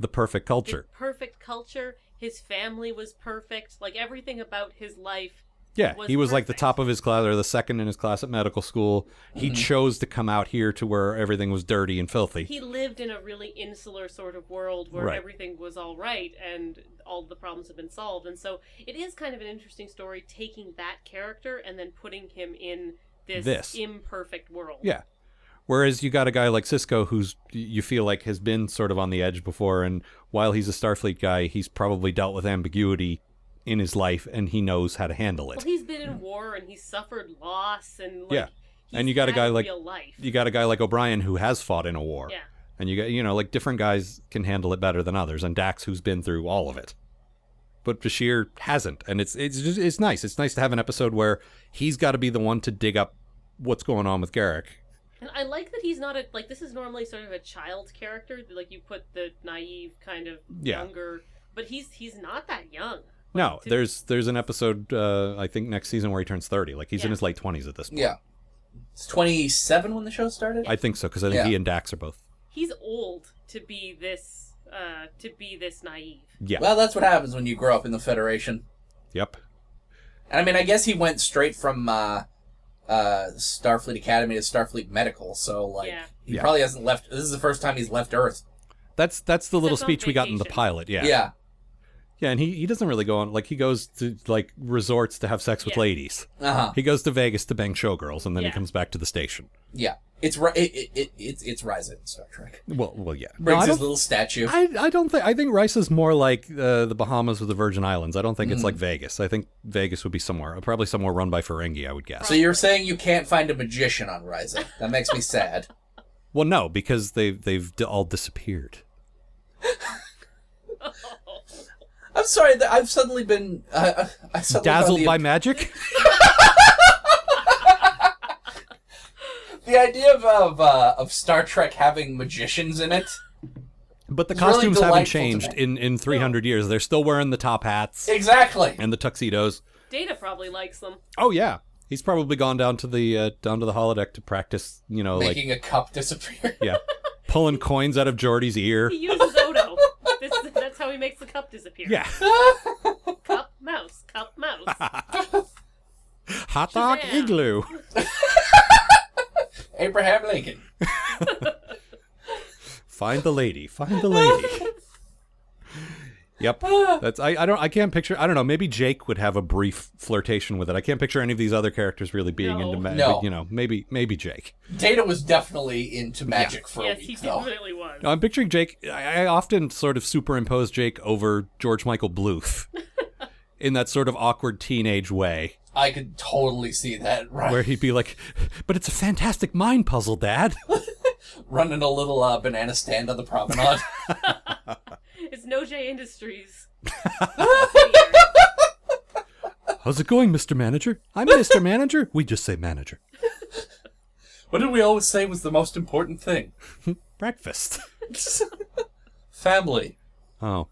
Speaker 2: The perfect
Speaker 4: the
Speaker 2: culture.
Speaker 4: perfect culture. His family was perfect. Like everything about his life.
Speaker 2: Yeah,
Speaker 4: was
Speaker 2: he was like the
Speaker 4: perfect. Mm-hmm.
Speaker 2: top of his class or the second in his class at medical school. He chose to come out here to where everything was dirty and filthy.
Speaker 4: He lived in a really insular sort of world where
Speaker 2: Right.
Speaker 4: everything was all right and all the problems have been solved. And so it is kind of an interesting story taking that character and then putting him in this,
Speaker 2: This.
Speaker 4: imperfect world.
Speaker 2: Yeah. Whereas you got a guy like Cisco who's you feel like has been sort of on the edge before and while he's a Starfleet guy, he's probably dealt with ambiguity in his life and he knows how to handle it.
Speaker 4: Well, he's been in war and he's suffered loss and like,
Speaker 2: Yeah.
Speaker 4: he's
Speaker 2: And you got a
Speaker 4: had
Speaker 2: guy like-
Speaker 4: real life.
Speaker 2: You got a guy like O'Brien who has fought in a war.
Speaker 4: Yeah.
Speaker 2: And you got, you know, like different guys can handle it better than others, and Dax, who's been through all of it, but Bashir hasn't, and it's it's just, it's nice. It's nice to have an episode where he's got to be the one to dig up what's going on with Garrick.
Speaker 4: And I like that he's not a like this is normally sort of a child character, like you put the naive kind of
Speaker 2: Yeah.
Speaker 4: younger, but he's he's not that young.
Speaker 2: No,
Speaker 4: Um, to-
Speaker 2: there's there's an episode uh, I think next season where he turns thirty. Like he's in
Speaker 4: Yeah.
Speaker 2: his late twenties at this point.
Speaker 3: Yeah. It's 27 when the show started?
Speaker 2: I think so because I think
Speaker 3: Yeah.
Speaker 2: he and Dax are both.
Speaker 4: He's old to be this uh to be this naive.
Speaker 2: Yeah.
Speaker 3: Well, that's what happens when you grow up in the Federation.
Speaker 2: yep.
Speaker 3: And I mean, I guess he went straight from uh, uh, Starfleet Academy to Starfleet Medical, so like
Speaker 4: Yeah.
Speaker 3: he
Speaker 2: Yeah.
Speaker 3: probably hasn't left. This is the first time he's left Earth.
Speaker 2: That's that's the little
Speaker 4: Except on
Speaker 2: speech we got in the
Speaker 4: vacation.
Speaker 2: pilot. Yeah.
Speaker 3: Yeah.
Speaker 2: Yeah, and he, he doesn't really go on like he goes to like resorts to have sex with
Speaker 4: Yeah.
Speaker 2: ladies.
Speaker 3: Uh huh.
Speaker 2: He goes to Vegas to bang showgirls, and then he
Speaker 4: Yeah.
Speaker 2: comes back to the station.
Speaker 3: Yeah. It's Ri- it, it, it, it's it's Ryza in Star Trek.
Speaker 2: Well, well, yeah. No,
Speaker 3: Brings
Speaker 2: I,
Speaker 3: his
Speaker 2: don't,
Speaker 3: little statue.
Speaker 2: I, I don't think I think Rice is more like uh, the Bahamas or the Virgin Islands. I don't think it's
Speaker 3: Mm.
Speaker 2: like Vegas. I think Vegas would be somewhere, probably somewhere run by Ferengi, I would guess.
Speaker 3: so you're saying you can't find a magician on Ryza? That makes me sad.
Speaker 2: Well, no, because they they've d- all disappeared.
Speaker 3: I'm sorry that I've suddenly been uh, I suddenly found
Speaker 2: Dazzled
Speaker 3: the-
Speaker 2: by magic.
Speaker 3: The idea of of, uh, of Star Trek having magicians in it.
Speaker 2: But the
Speaker 3: It's really
Speaker 2: costumes haven't
Speaker 3: delightful
Speaker 2: changed
Speaker 3: to me.
Speaker 2: in, in 300 years. They're still wearing the top hats
Speaker 3: Exactly.
Speaker 2: and the tuxedos.
Speaker 4: Data probably likes them.
Speaker 2: Oh yeah, he's probably gone down to the uh, down to the holodeck to practice. You know,
Speaker 3: Making a cup disappear.
Speaker 2: like yeah, pulling coins out of Geordie's ear.
Speaker 4: He uses Odo. this, that's how he makes the cup disappear.
Speaker 2: Yeah,
Speaker 4: Cup mouse, cup mouse.
Speaker 2: hot dog
Speaker 4: Shazam.
Speaker 2: igloo.
Speaker 3: Abraham Lincoln.
Speaker 2: Find the lady. Find the lady. Yep, that's I, I. don't. I can't picture. I don't know. Maybe Jake would have a brief flirtation with it. I can't picture any of these other characters really being
Speaker 4: No.
Speaker 2: into magic.
Speaker 3: No.
Speaker 2: You know, maybe maybe Jake.
Speaker 3: Data was definitely into magic for
Speaker 4: yes,
Speaker 3: a
Speaker 4: he
Speaker 3: week though.
Speaker 4: definitely was.
Speaker 2: No, I'm picturing Jake. I I often sort of superimpose Jake over George Michael Bluth in that sort of awkward teenage way,
Speaker 3: I could totally see that. Right.
Speaker 2: where he'd be like, "But it's a fantastic mind puzzle, Dad."
Speaker 3: running a little uh, banana stand on the promenade.
Speaker 4: It's No J Industries.
Speaker 2: How's it going, Mr. Manager? I'm Mr. Manager. We just say manager.
Speaker 3: what did we always say was the most important thing?
Speaker 2: Breakfast.
Speaker 3: Family.
Speaker 2: Oh,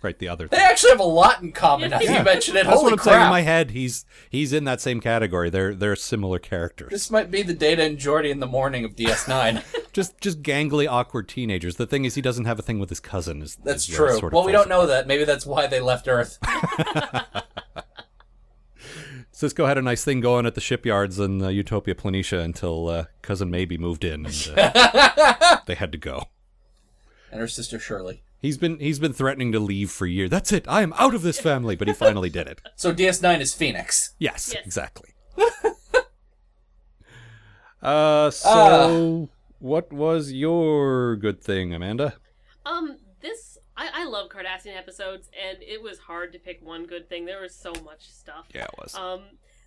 Speaker 2: right. The other
Speaker 3: They
Speaker 2: thing.
Speaker 3: actually have a lot in common. Now that
Speaker 4: Yeah.
Speaker 3: you mention it,
Speaker 2: That's
Speaker 3: holy
Speaker 2: what I'm
Speaker 3: crap!
Speaker 2: saying in my head. He's he's in that same category. They're they're similar characters.
Speaker 3: This might be the Data and Jordy in the morning of DS9.
Speaker 2: Just just gangly, awkward teenagers. The thing is, he doesn't have a thing with his cousin. Is
Speaker 3: That's
Speaker 2: is what
Speaker 3: true.
Speaker 2: sort of
Speaker 3: well, we
Speaker 2: falls
Speaker 3: don't know that. Maybe that's why they left Earth.
Speaker 2: Cisco had a nice thing going at the shipyards in uh, Utopia Planitia until uh, cousin Maybe moved in and uh, they had to go.
Speaker 3: and her sister Shirley.
Speaker 2: He's been he's been threatening to leave for years. That's it. I am out of this family, but he finally did it.
Speaker 3: So DS9 is Phoenix.
Speaker 2: Yes,
Speaker 4: Yes.
Speaker 2: exactly. uh so
Speaker 3: Uh.
Speaker 2: what was your good thing, Amanda?
Speaker 4: Um, this I, I love Cardassian episodes, and it was hard to pick one good thing. There was so much stuff.
Speaker 2: Yeah, it was.
Speaker 4: Um,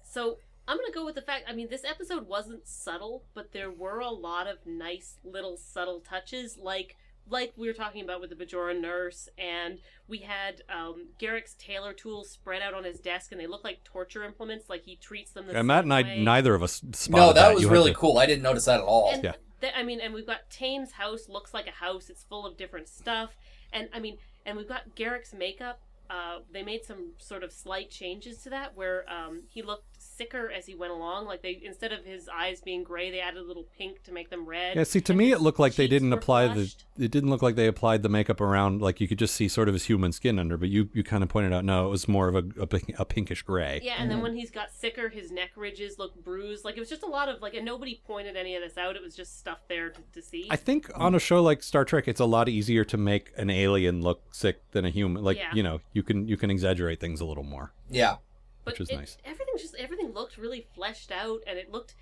Speaker 4: so I'm gonna go with the fact. I mean, this episode wasn't subtle, but there were a lot of nice little subtle touches, like like we were talking about with the Bajora nurse, and we had um, Garrick's tailor tools spread out on his desk, and they look like torture implements. Like he treats them. The
Speaker 2: and Matt
Speaker 4: same
Speaker 2: and I
Speaker 4: way.
Speaker 2: neither of us spotted
Speaker 3: no, that, was
Speaker 2: You had
Speaker 3: really
Speaker 2: to-
Speaker 3: cool. I didn't notice that at all.
Speaker 4: And
Speaker 2: Yeah.
Speaker 4: th- I mean, and we've got Tame's house looks like a house. It's full of different stuff, and I mean, and we've got Garrick's makeup. Uh, they made some sort of slight changes to that, where um, he looked sicker as he went along. Like they, instead of his eyes being gray, they added a little pink to make them red.
Speaker 2: Yeah, see, to
Speaker 4: and
Speaker 2: me,
Speaker 4: his
Speaker 2: it looked like they
Speaker 4: cheeks
Speaker 2: didn't
Speaker 4: were
Speaker 2: apply
Speaker 4: flushed.
Speaker 2: the. It didn't look like they applied the makeup around. Like you could just see sort of his human skin under, but you you kind of pointed out no, it was more of a a, pink- a pinkish gray.
Speaker 4: Yeah, and then when he's got sicker, his neck ridges look bruised. Like it was just a lot of like, and nobody pointed any of this out. It was just stuff there to, to see.
Speaker 2: I think on a show like Star Trek, it's a lot easier to make an alien look sick than a human. Like
Speaker 4: Yeah.
Speaker 2: you know, you can you can exaggerate things a little more.
Speaker 3: Yeah.
Speaker 4: but
Speaker 2: which was
Speaker 4: it-
Speaker 2: nice.
Speaker 4: Everything just everything looked really fleshed out, and it looked.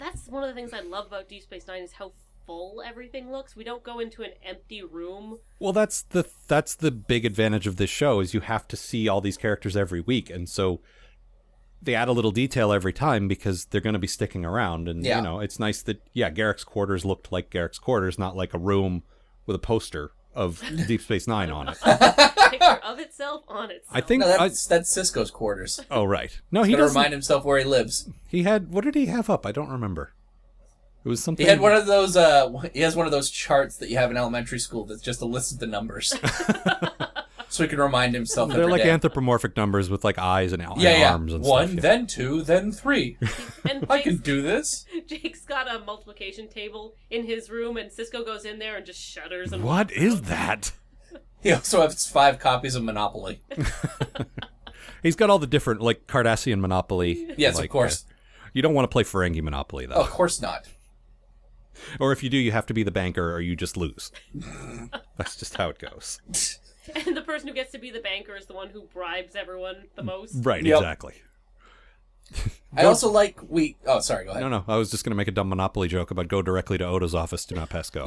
Speaker 4: That's one of the things I love about Deep Space Nine is how full everything looks. We don't go into an empty room.
Speaker 2: Well, that's the that's the big advantage of this show is you have to see all these characters every week, and so they add a little detail every time because they're going to be sticking around. And
Speaker 3: Yeah.
Speaker 2: you know, it's nice that yeah, Garrick's quarters looked like Garrick's quarters, not like a room with a poster of Deep Space Nine on it.
Speaker 4: Picture of itself on itself.
Speaker 2: I think.
Speaker 3: No,
Speaker 2: I,
Speaker 3: that's that's Cisco's quarters.
Speaker 2: oh right, no, he
Speaker 3: He to
Speaker 2: doesn't.
Speaker 3: remind himself where he lives.
Speaker 2: he had what did he have up? I don't remember. It was something.
Speaker 3: He had one of those. Uh, he has one of those charts that you have in elementary school that's just a list of the numbers, so he can remind himself.
Speaker 2: They're
Speaker 3: every
Speaker 2: like
Speaker 3: day.
Speaker 2: anthropomorphic numbers with like eyes and, al- and
Speaker 3: yeah, yeah.
Speaker 2: arms and
Speaker 3: One,
Speaker 2: stuff. yeah.
Speaker 3: then two, then three.
Speaker 4: and
Speaker 3: I can
Speaker 4: Jake's,
Speaker 3: do this.
Speaker 4: Jake's got a multiplication table in his room, and Cisco goes in there and just shudders. And
Speaker 2: What is that?
Speaker 3: He also has five copies of Monopoly.
Speaker 2: He's got all the different like Cardassian Monopoly.
Speaker 3: Yes,
Speaker 2: like,
Speaker 3: of course.
Speaker 2: uh, you don't want to play Ferengi Monopoly though,
Speaker 3: of course not.
Speaker 2: or if you do, you have to be the banker, or you just lose. That's just how it goes.
Speaker 4: And the person who gets to be the banker is the one who bribes everyone the most.
Speaker 2: Right?
Speaker 3: Yep.
Speaker 2: Exactly.
Speaker 3: I also like we. Oh, sorry. Go ahead.
Speaker 2: No, no. I was just gonna make a dumb Monopoly joke about go directly to Oda's office, do not pass go.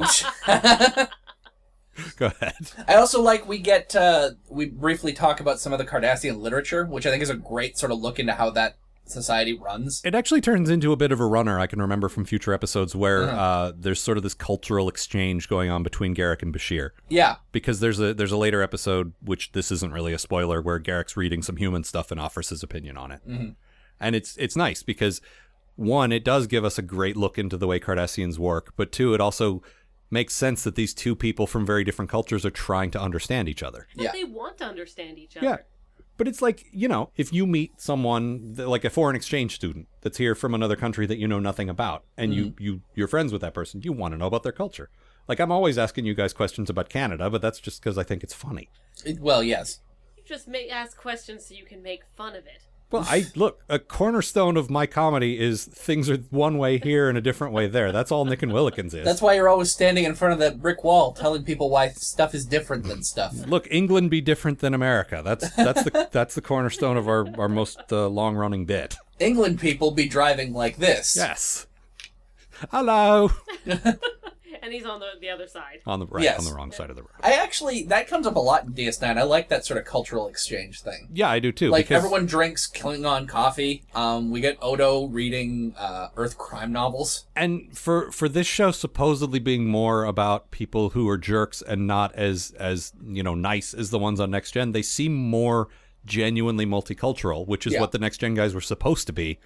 Speaker 2: go ahead.
Speaker 3: I also like we get uh, we briefly talk about some of the Cardassian literature, which I think is a great sort of look into how that society runs.
Speaker 2: It actually turns into a bit of a runner. I can remember from future episodes where uh, there's sort of this cultural exchange going on between Garrick and Bashir.
Speaker 3: Yeah,
Speaker 2: because there's a there's a later episode which this isn't really a spoiler where Garrick's reading some human stuff and offers his opinion on it, and it's it's nice because one it does give us a great look into the way Cardassians work, but two it also makes sense that these two people from very different cultures are trying to understand each other.
Speaker 4: And
Speaker 3: Yeah.
Speaker 4: They want to understand each other.
Speaker 2: Yeah. But it's like, you know, if you meet someone th- like a foreign exchange student that's here from another country that you know nothing about and you you you're friends with that person, you want to know about their culture. Like I'm always asking you guys questions about Canada, but that's just cuz I think it's funny.
Speaker 3: It- well, yes.
Speaker 4: You just may ask questions so you can make fun of it.
Speaker 2: Well, I look, a cornerstone of my comedy is things are one way here and a different way there. That's all Nick and Willikins is.
Speaker 3: That's why you're always standing in front of that brick wall telling people why stuff is different
Speaker 2: Mm.
Speaker 3: than stuff.
Speaker 2: Look, England be different than America. That's that's the that's the cornerstone of our our most uh, long-running bit.
Speaker 3: England people be driving like this.
Speaker 2: Yes. Hello.
Speaker 4: And he's on the, the other side.
Speaker 2: On the right,
Speaker 3: Yes.
Speaker 2: on the wrong side of the road.
Speaker 3: I actually, that comes up a lot in DS9. I like that sort of cultural exchange thing.
Speaker 2: Yeah, I do too.
Speaker 3: Like,
Speaker 2: because
Speaker 3: everyone drinks Klingon coffee. Um, we get Odo reading uh, Earth crime novels.
Speaker 2: and for for this show supposedly being more about people who are jerks and not as as you know nice as the ones on Next Gen, they seem more genuinely multicultural, which is
Speaker 3: Yeah.
Speaker 2: what the Next Gen guys were supposed to be,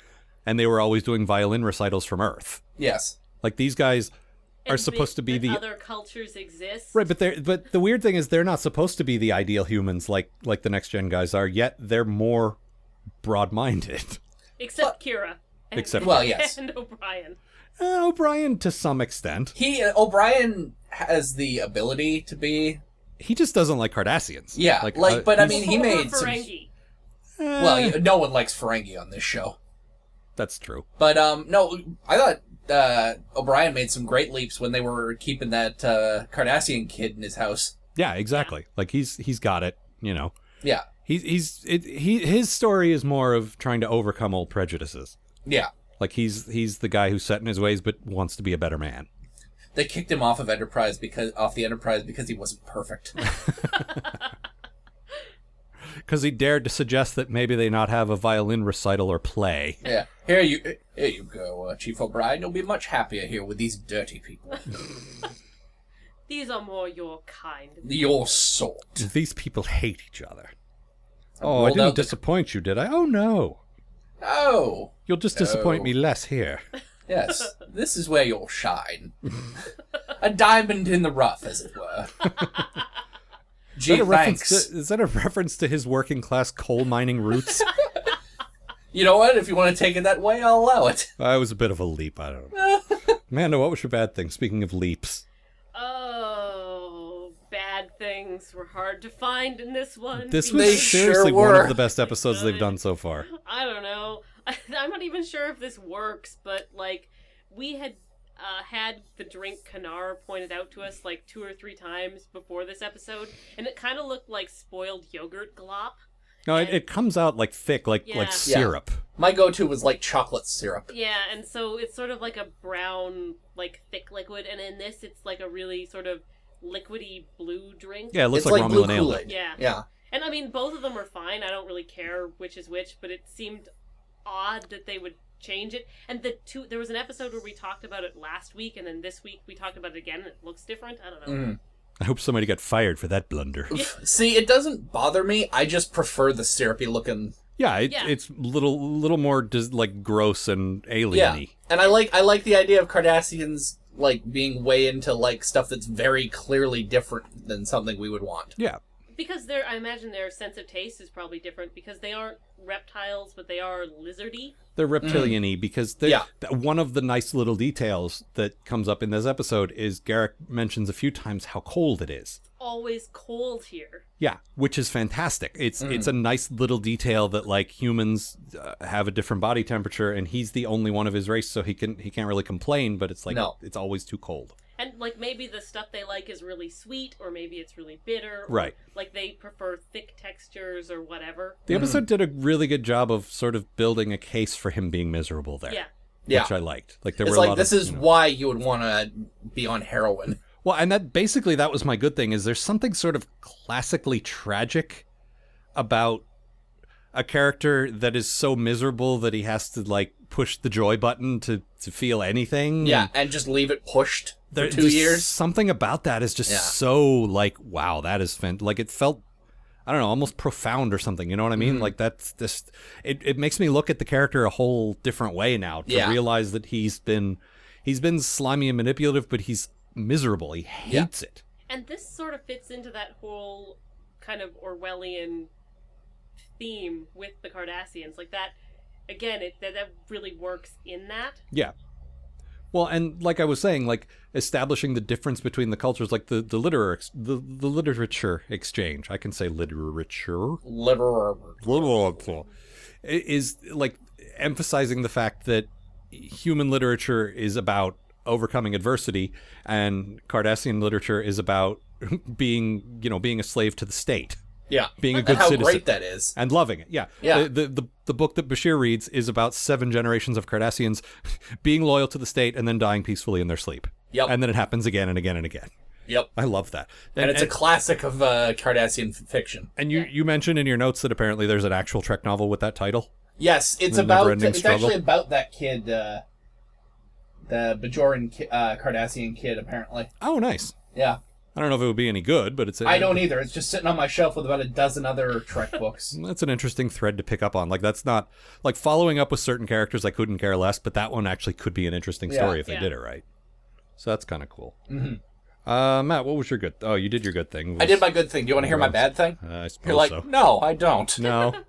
Speaker 2: and they were always doing violin recitals from Earth.
Speaker 3: Yes.
Speaker 2: Like these guys are
Speaker 4: And
Speaker 2: supposed to be
Speaker 4: that
Speaker 2: the
Speaker 4: other cultures exist.
Speaker 2: Right, but they're but the weird thing is they're not supposed to be the ideal humans like like the next gen guys are. Yet they're more broad minded.
Speaker 4: Except Kira. And,
Speaker 2: Except-
Speaker 3: Well, yes.
Speaker 4: And O'Brien.
Speaker 2: Uh, O'Brien to some extent.
Speaker 3: He, uh, O'Brien has the ability to be.
Speaker 2: He just doesn't like Cardassians.
Speaker 3: Yeah, like,
Speaker 2: uh, eh,
Speaker 3: but I
Speaker 2: he's-
Speaker 3: mean, he
Speaker 4: Former
Speaker 3: made some-
Speaker 4: Ferengi.
Speaker 3: Well, you- no one likes Ferengi on this show.
Speaker 2: That's true.
Speaker 3: But um, no, I thought uh, O'Brien made some great leaps when they were keeping that uh, Cardassian kid in his house.
Speaker 2: Yeah, exactly. Like he's he's got it. You know,
Speaker 3: Yeah,
Speaker 2: he's he's it, he his story is more of trying to overcome old prejudices.
Speaker 3: yeah.
Speaker 2: Like he's he's the guy who's set in his ways but wants to be a better man.
Speaker 3: They kicked him off of Enterprise because off the Enterprise because he wasn't perfect.
Speaker 2: Because he dared to suggest that maybe they not have a violin recital or play.
Speaker 3: yeah, here you here you go, uh, Chief O'Brien. You'll be much happier here with these dirty people.
Speaker 4: These are more your kind.
Speaker 3: Your sort.
Speaker 2: These people hate each other. Oh, I
Speaker 3: rolled
Speaker 2: didn't
Speaker 3: out the-
Speaker 2: disappoint you, did I? Oh no,
Speaker 3: Oh,
Speaker 2: you'll just disappoint
Speaker 3: No.
Speaker 2: me less here.
Speaker 3: yes. This is where you'll shine. A diamond in the rough, as it were.
Speaker 2: Is that,
Speaker 3: Gee,
Speaker 2: a reference
Speaker 3: thanks.
Speaker 2: to, is that a reference to his working class coal mining roots?
Speaker 3: You know what? If you want to take it that way, I'll allow it.
Speaker 2: I Uh, was a bit of a leap. I don't know. Amanda, what was your bad thing? Speaking of leaps,
Speaker 4: Oh, bad things were hard to find in this one.
Speaker 2: this
Speaker 3: They
Speaker 2: was
Speaker 3: sure
Speaker 2: seriously one of
Speaker 3: were.
Speaker 2: the best episodes they've done so far.
Speaker 4: I don't know. I'm not even sure if this works, but like we had uh, had the drink Canar pointed out to us like two or three times before this episode, and it kind of looked like spoiled yogurt glop.
Speaker 2: No, it, it comes out like thick, like
Speaker 4: Yeah.
Speaker 2: like syrup.
Speaker 3: My go-to was like chocolate syrup.
Speaker 4: Yeah, and so it's sort of like a brown, like thick liquid, and in this, it's like a really sort of liquidy blue drink.
Speaker 2: Yeah, it looks
Speaker 3: it's
Speaker 2: like,
Speaker 3: like blue
Speaker 2: Romulan ale.
Speaker 3: Kool-Aid.
Speaker 4: Yeah.
Speaker 3: Yeah.
Speaker 4: And I mean, both of them are fine. I don't really care which is which, but it seemed odd that they would change it. And the two, there was an episode where we talked about it last week, and then this week we talked about it again, and it looks different. I don't know.
Speaker 2: I hope somebody got fired for that blunder.
Speaker 3: See, it doesn't bother me. I just prefer the syrupy looking.
Speaker 2: Yeah, it,
Speaker 4: Yeah.
Speaker 2: it's little little more dis- like gross and
Speaker 3: Yeah.
Speaker 2: alien-y.
Speaker 3: And I like I like the idea of Cardassians like being way into like stuff that's very clearly different than something we would want.
Speaker 2: Yeah.
Speaker 4: Because their, I imagine their sense of taste is probably different because they aren't reptiles, but they are lizardy.
Speaker 2: They're reptilian-y because they're,
Speaker 3: Mm. Yeah.
Speaker 2: th- one of the nice little details that comes up in this episode is Garrick mentions a few times how cold it is.
Speaker 4: Always cold here.
Speaker 2: Yeah, which is fantastic. It's it's
Speaker 3: Mm.
Speaker 2: a nice little detail that like humans uh, have a different body temperature, and he's the only one of his race, so he can he can't really complain. But it's like
Speaker 3: No.
Speaker 2: it's always too cold.
Speaker 4: And like maybe the stuff they like is really sweet, or maybe it's really bitter. or,
Speaker 2: Right.
Speaker 4: Like they prefer thick textures or whatever.
Speaker 3: Mm.
Speaker 2: The episode did a really good job of sort of building a case for him being miserable there.
Speaker 4: Yeah.
Speaker 3: Yeah.
Speaker 2: which I liked. Like there
Speaker 3: It's
Speaker 2: were a
Speaker 3: like
Speaker 2: lot
Speaker 3: this
Speaker 2: of,
Speaker 3: is
Speaker 2: you know-
Speaker 3: why you would want to be on heroin.
Speaker 2: Well, and that basically that was my good thing is there's something sort of classically tragic about a character that is so miserable that he has to like push the joy button to to feel anything.
Speaker 3: Yeah, and just leave it pushed
Speaker 2: There-
Speaker 3: for two
Speaker 2: Mm. just
Speaker 3: years.
Speaker 2: Something about that is just
Speaker 3: Yeah.
Speaker 2: so like wow, that is fan- like it felt I don't know, almost profound or something. You know what I mean?
Speaker 3: Mm-hmm.
Speaker 2: Like that's just it, it makes me look at the character a whole different way now to
Speaker 3: Yeah.
Speaker 2: realize that he's been he's been slimy and manipulative, but he's miserable. He
Speaker 3: Yeah.
Speaker 2: hates it.
Speaker 4: And this sort of fits into that whole kind of Orwellian theme with the Cardassians. Like that, again, it that, that really works in that.
Speaker 2: Yeah. Well, and like I was saying, like establishing the difference between the cultures, like the the literary ex- the, the literature exchange. I can say literature.
Speaker 3: Liberal.
Speaker 2: Literature. I- Is like emphasizing the fact that human literature is about overcoming adversity, and Cardassian literature is about being you know being a slave to the state,
Speaker 3: Yeah.
Speaker 2: being a
Speaker 3: And
Speaker 2: good
Speaker 3: how
Speaker 2: citizen.
Speaker 3: great that is.
Speaker 2: and loving it. Yeah,
Speaker 3: Yeah.
Speaker 2: The, the the the book that Bashir reads is about seven generations of Cardassians being loyal to the state and then dying peacefully in their sleep.
Speaker 3: Yep.
Speaker 2: And then it happens again and again and again.
Speaker 3: Yep.
Speaker 2: I love that.
Speaker 3: And it's a classic of uh, Cardassian f- fiction.
Speaker 2: and you you mentioned in your notes that apparently there's an actual Trek novel with that title.
Speaker 3: Yes, it's
Speaker 2: The
Speaker 3: about
Speaker 2: never-ending
Speaker 3: it's
Speaker 2: struggle.
Speaker 3: actually about that kid, uh, the Bajoran ki- uh, Cardassian kid. Apparently,
Speaker 2: Oh, nice.
Speaker 3: yeah.
Speaker 2: I don't know if it would be any good, but it's.
Speaker 3: I don't either. It's just sitting on my shelf with about a dozen other Trek books.
Speaker 2: That's an interesting thread to pick up on. Like that's not like following up with certain characters. I couldn't care less, but that one actually could be an interesting
Speaker 3: Yeah.
Speaker 2: story if
Speaker 4: Yeah.
Speaker 2: they did it right. So that's kind of cool. Uh, Matt, what was your good? Oh, you did your good thing.
Speaker 3: Mm-hmm. I did my good thing. Do you want to hear my bad thing?
Speaker 2: Uh, I
Speaker 3: You're
Speaker 2: suppose
Speaker 3: like,
Speaker 2: so.
Speaker 3: no, I don't.
Speaker 2: No.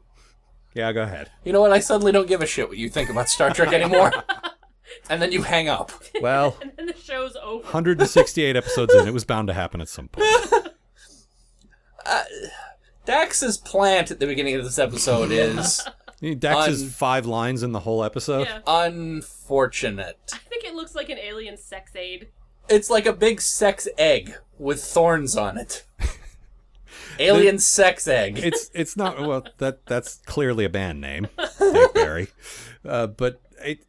Speaker 2: Yeah, go ahead.
Speaker 3: You know what? I suddenly don't give a shit what you think about Star Trek anymore. and then you hang up.
Speaker 2: Well,
Speaker 4: And then the show's over.
Speaker 2: 168 episodes in, it was bound to happen at some point.
Speaker 3: Dax's plant at the beginning of this episode is
Speaker 2: Dax is
Speaker 3: Un-
Speaker 2: five lines in the whole episode.
Speaker 4: Yeah.
Speaker 3: unfortunate.
Speaker 4: I think it looks like an alien sex aid.
Speaker 3: It's like a big sex egg with thorns on it. Alien sex egg.
Speaker 2: It's it's not well that that's clearly a band name, Dave Barry, uh, but it,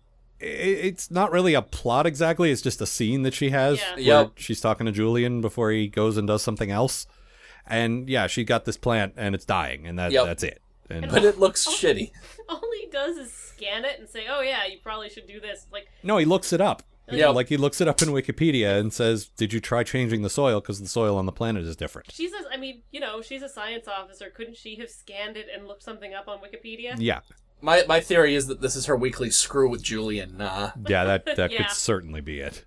Speaker 2: it it's not really a plot exactly. It's just a scene that she has
Speaker 4: Yeah.
Speaker 2: where
Speaker 3: Yep.
Speaker 2: she's talking to Julian before he goes and does something else, and yeah, she got this plant and it's dying, and that
Speaker 3: Yep.
Speaker 2: that's it. And
Speaker 3: but it looks shitty.
Speaker 4: All he does is scan it and say, "Oh yeah, you probably should do this." Like,
Speaker 2: No, he looks it up. You
Speaker 3: Yeah.
Speaker 2: know, like he looks it up in Wikipedia and says, "Did you try changing the soil? Because the soil on the planet is different."
Speaker 4: she's a, I mean, you know, she's a science officer. Couldn't she have scanned it and looked something up on Wikipedia?
Speaker 2: Yeah,
Speaker 3: My my theory is that this is her weekly screw with Julian. Uh,
Speaker 2: yeah, that that
Speaker 4: Yeah.
Speaker 2: could certainly be it.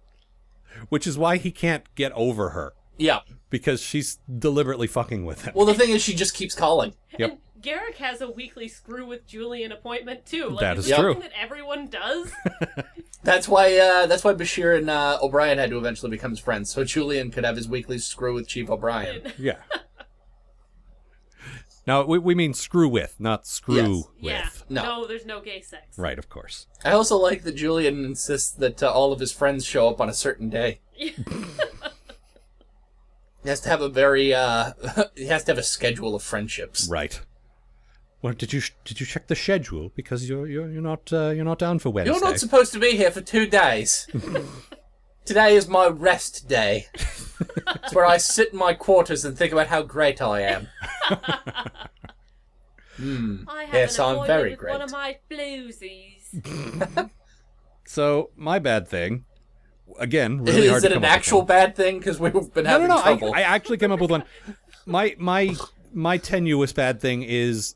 Speaker 2: Which is why he can't get over her
Speaker 3: yeah.
Speaker 2: because she's deliberately fucking with him.
Speaker 3: Well, the thing is, she just keeps calling.
Speaker 2: Yep.
Speaker 4: Garrick has a weekly screw with Julian appointment too. Like,
Speaker 2: That
Speaker 4: is
Speaker 2: is
Speaker 4: this
Speaker 2: true.
Speaker 4: Something that everyone does.
Speaker 3: That's why. Uh, that's why Bashir and uh, O'Brien had to eventually become friends, so Julian could have his weekly screw with Chief O'Brien.
Speaker 2: Yeah. now we we mean screw with, not screw with.
Speaker 3: Yes.
Speaker 4: Yeah.
Speaker 3: No.
Speaker 4: there's no gay sex.
Speaker 2: Right, of course.
Speaker 3: I also like that Julian insists that uh, all of his friends show up on a certain day. he has to have a very. Uh, he has to have a schedule of friendships.
Speaker 2: Right. Well, did you did you check the schedule? Because you're you're, you're not uh, you're not down for Wednesday.
Speaker 3: You're not supposed to be here for two days. Today is my rest day. it's where I sit in my quarters and think about how great I am.
Speaker 4: I have
Speaker 3: Yes,
Speaker 4: an
Speaker 3: I'm
Speaker 4: appointment
Speaker 3: very
Speaker 4: with one
Speaker 3: great.
Speaker 4: of my floozies.
Speaker 2: so my bad thing. Again, really hard
Speaker 3: is
Speaker 2: to
Speaker 3: it
Speaker 2: come
Speaker 3: an
Speaker 2: up with
Speaker 3: actual
Speaker 2: one.
Speaker 3: bad thing? Because we've been having
Speaker 2: no, no, no.
Speaker 3: trouble.
Speaker 2: I, I actually came up with one. My my my tenuous bad thing is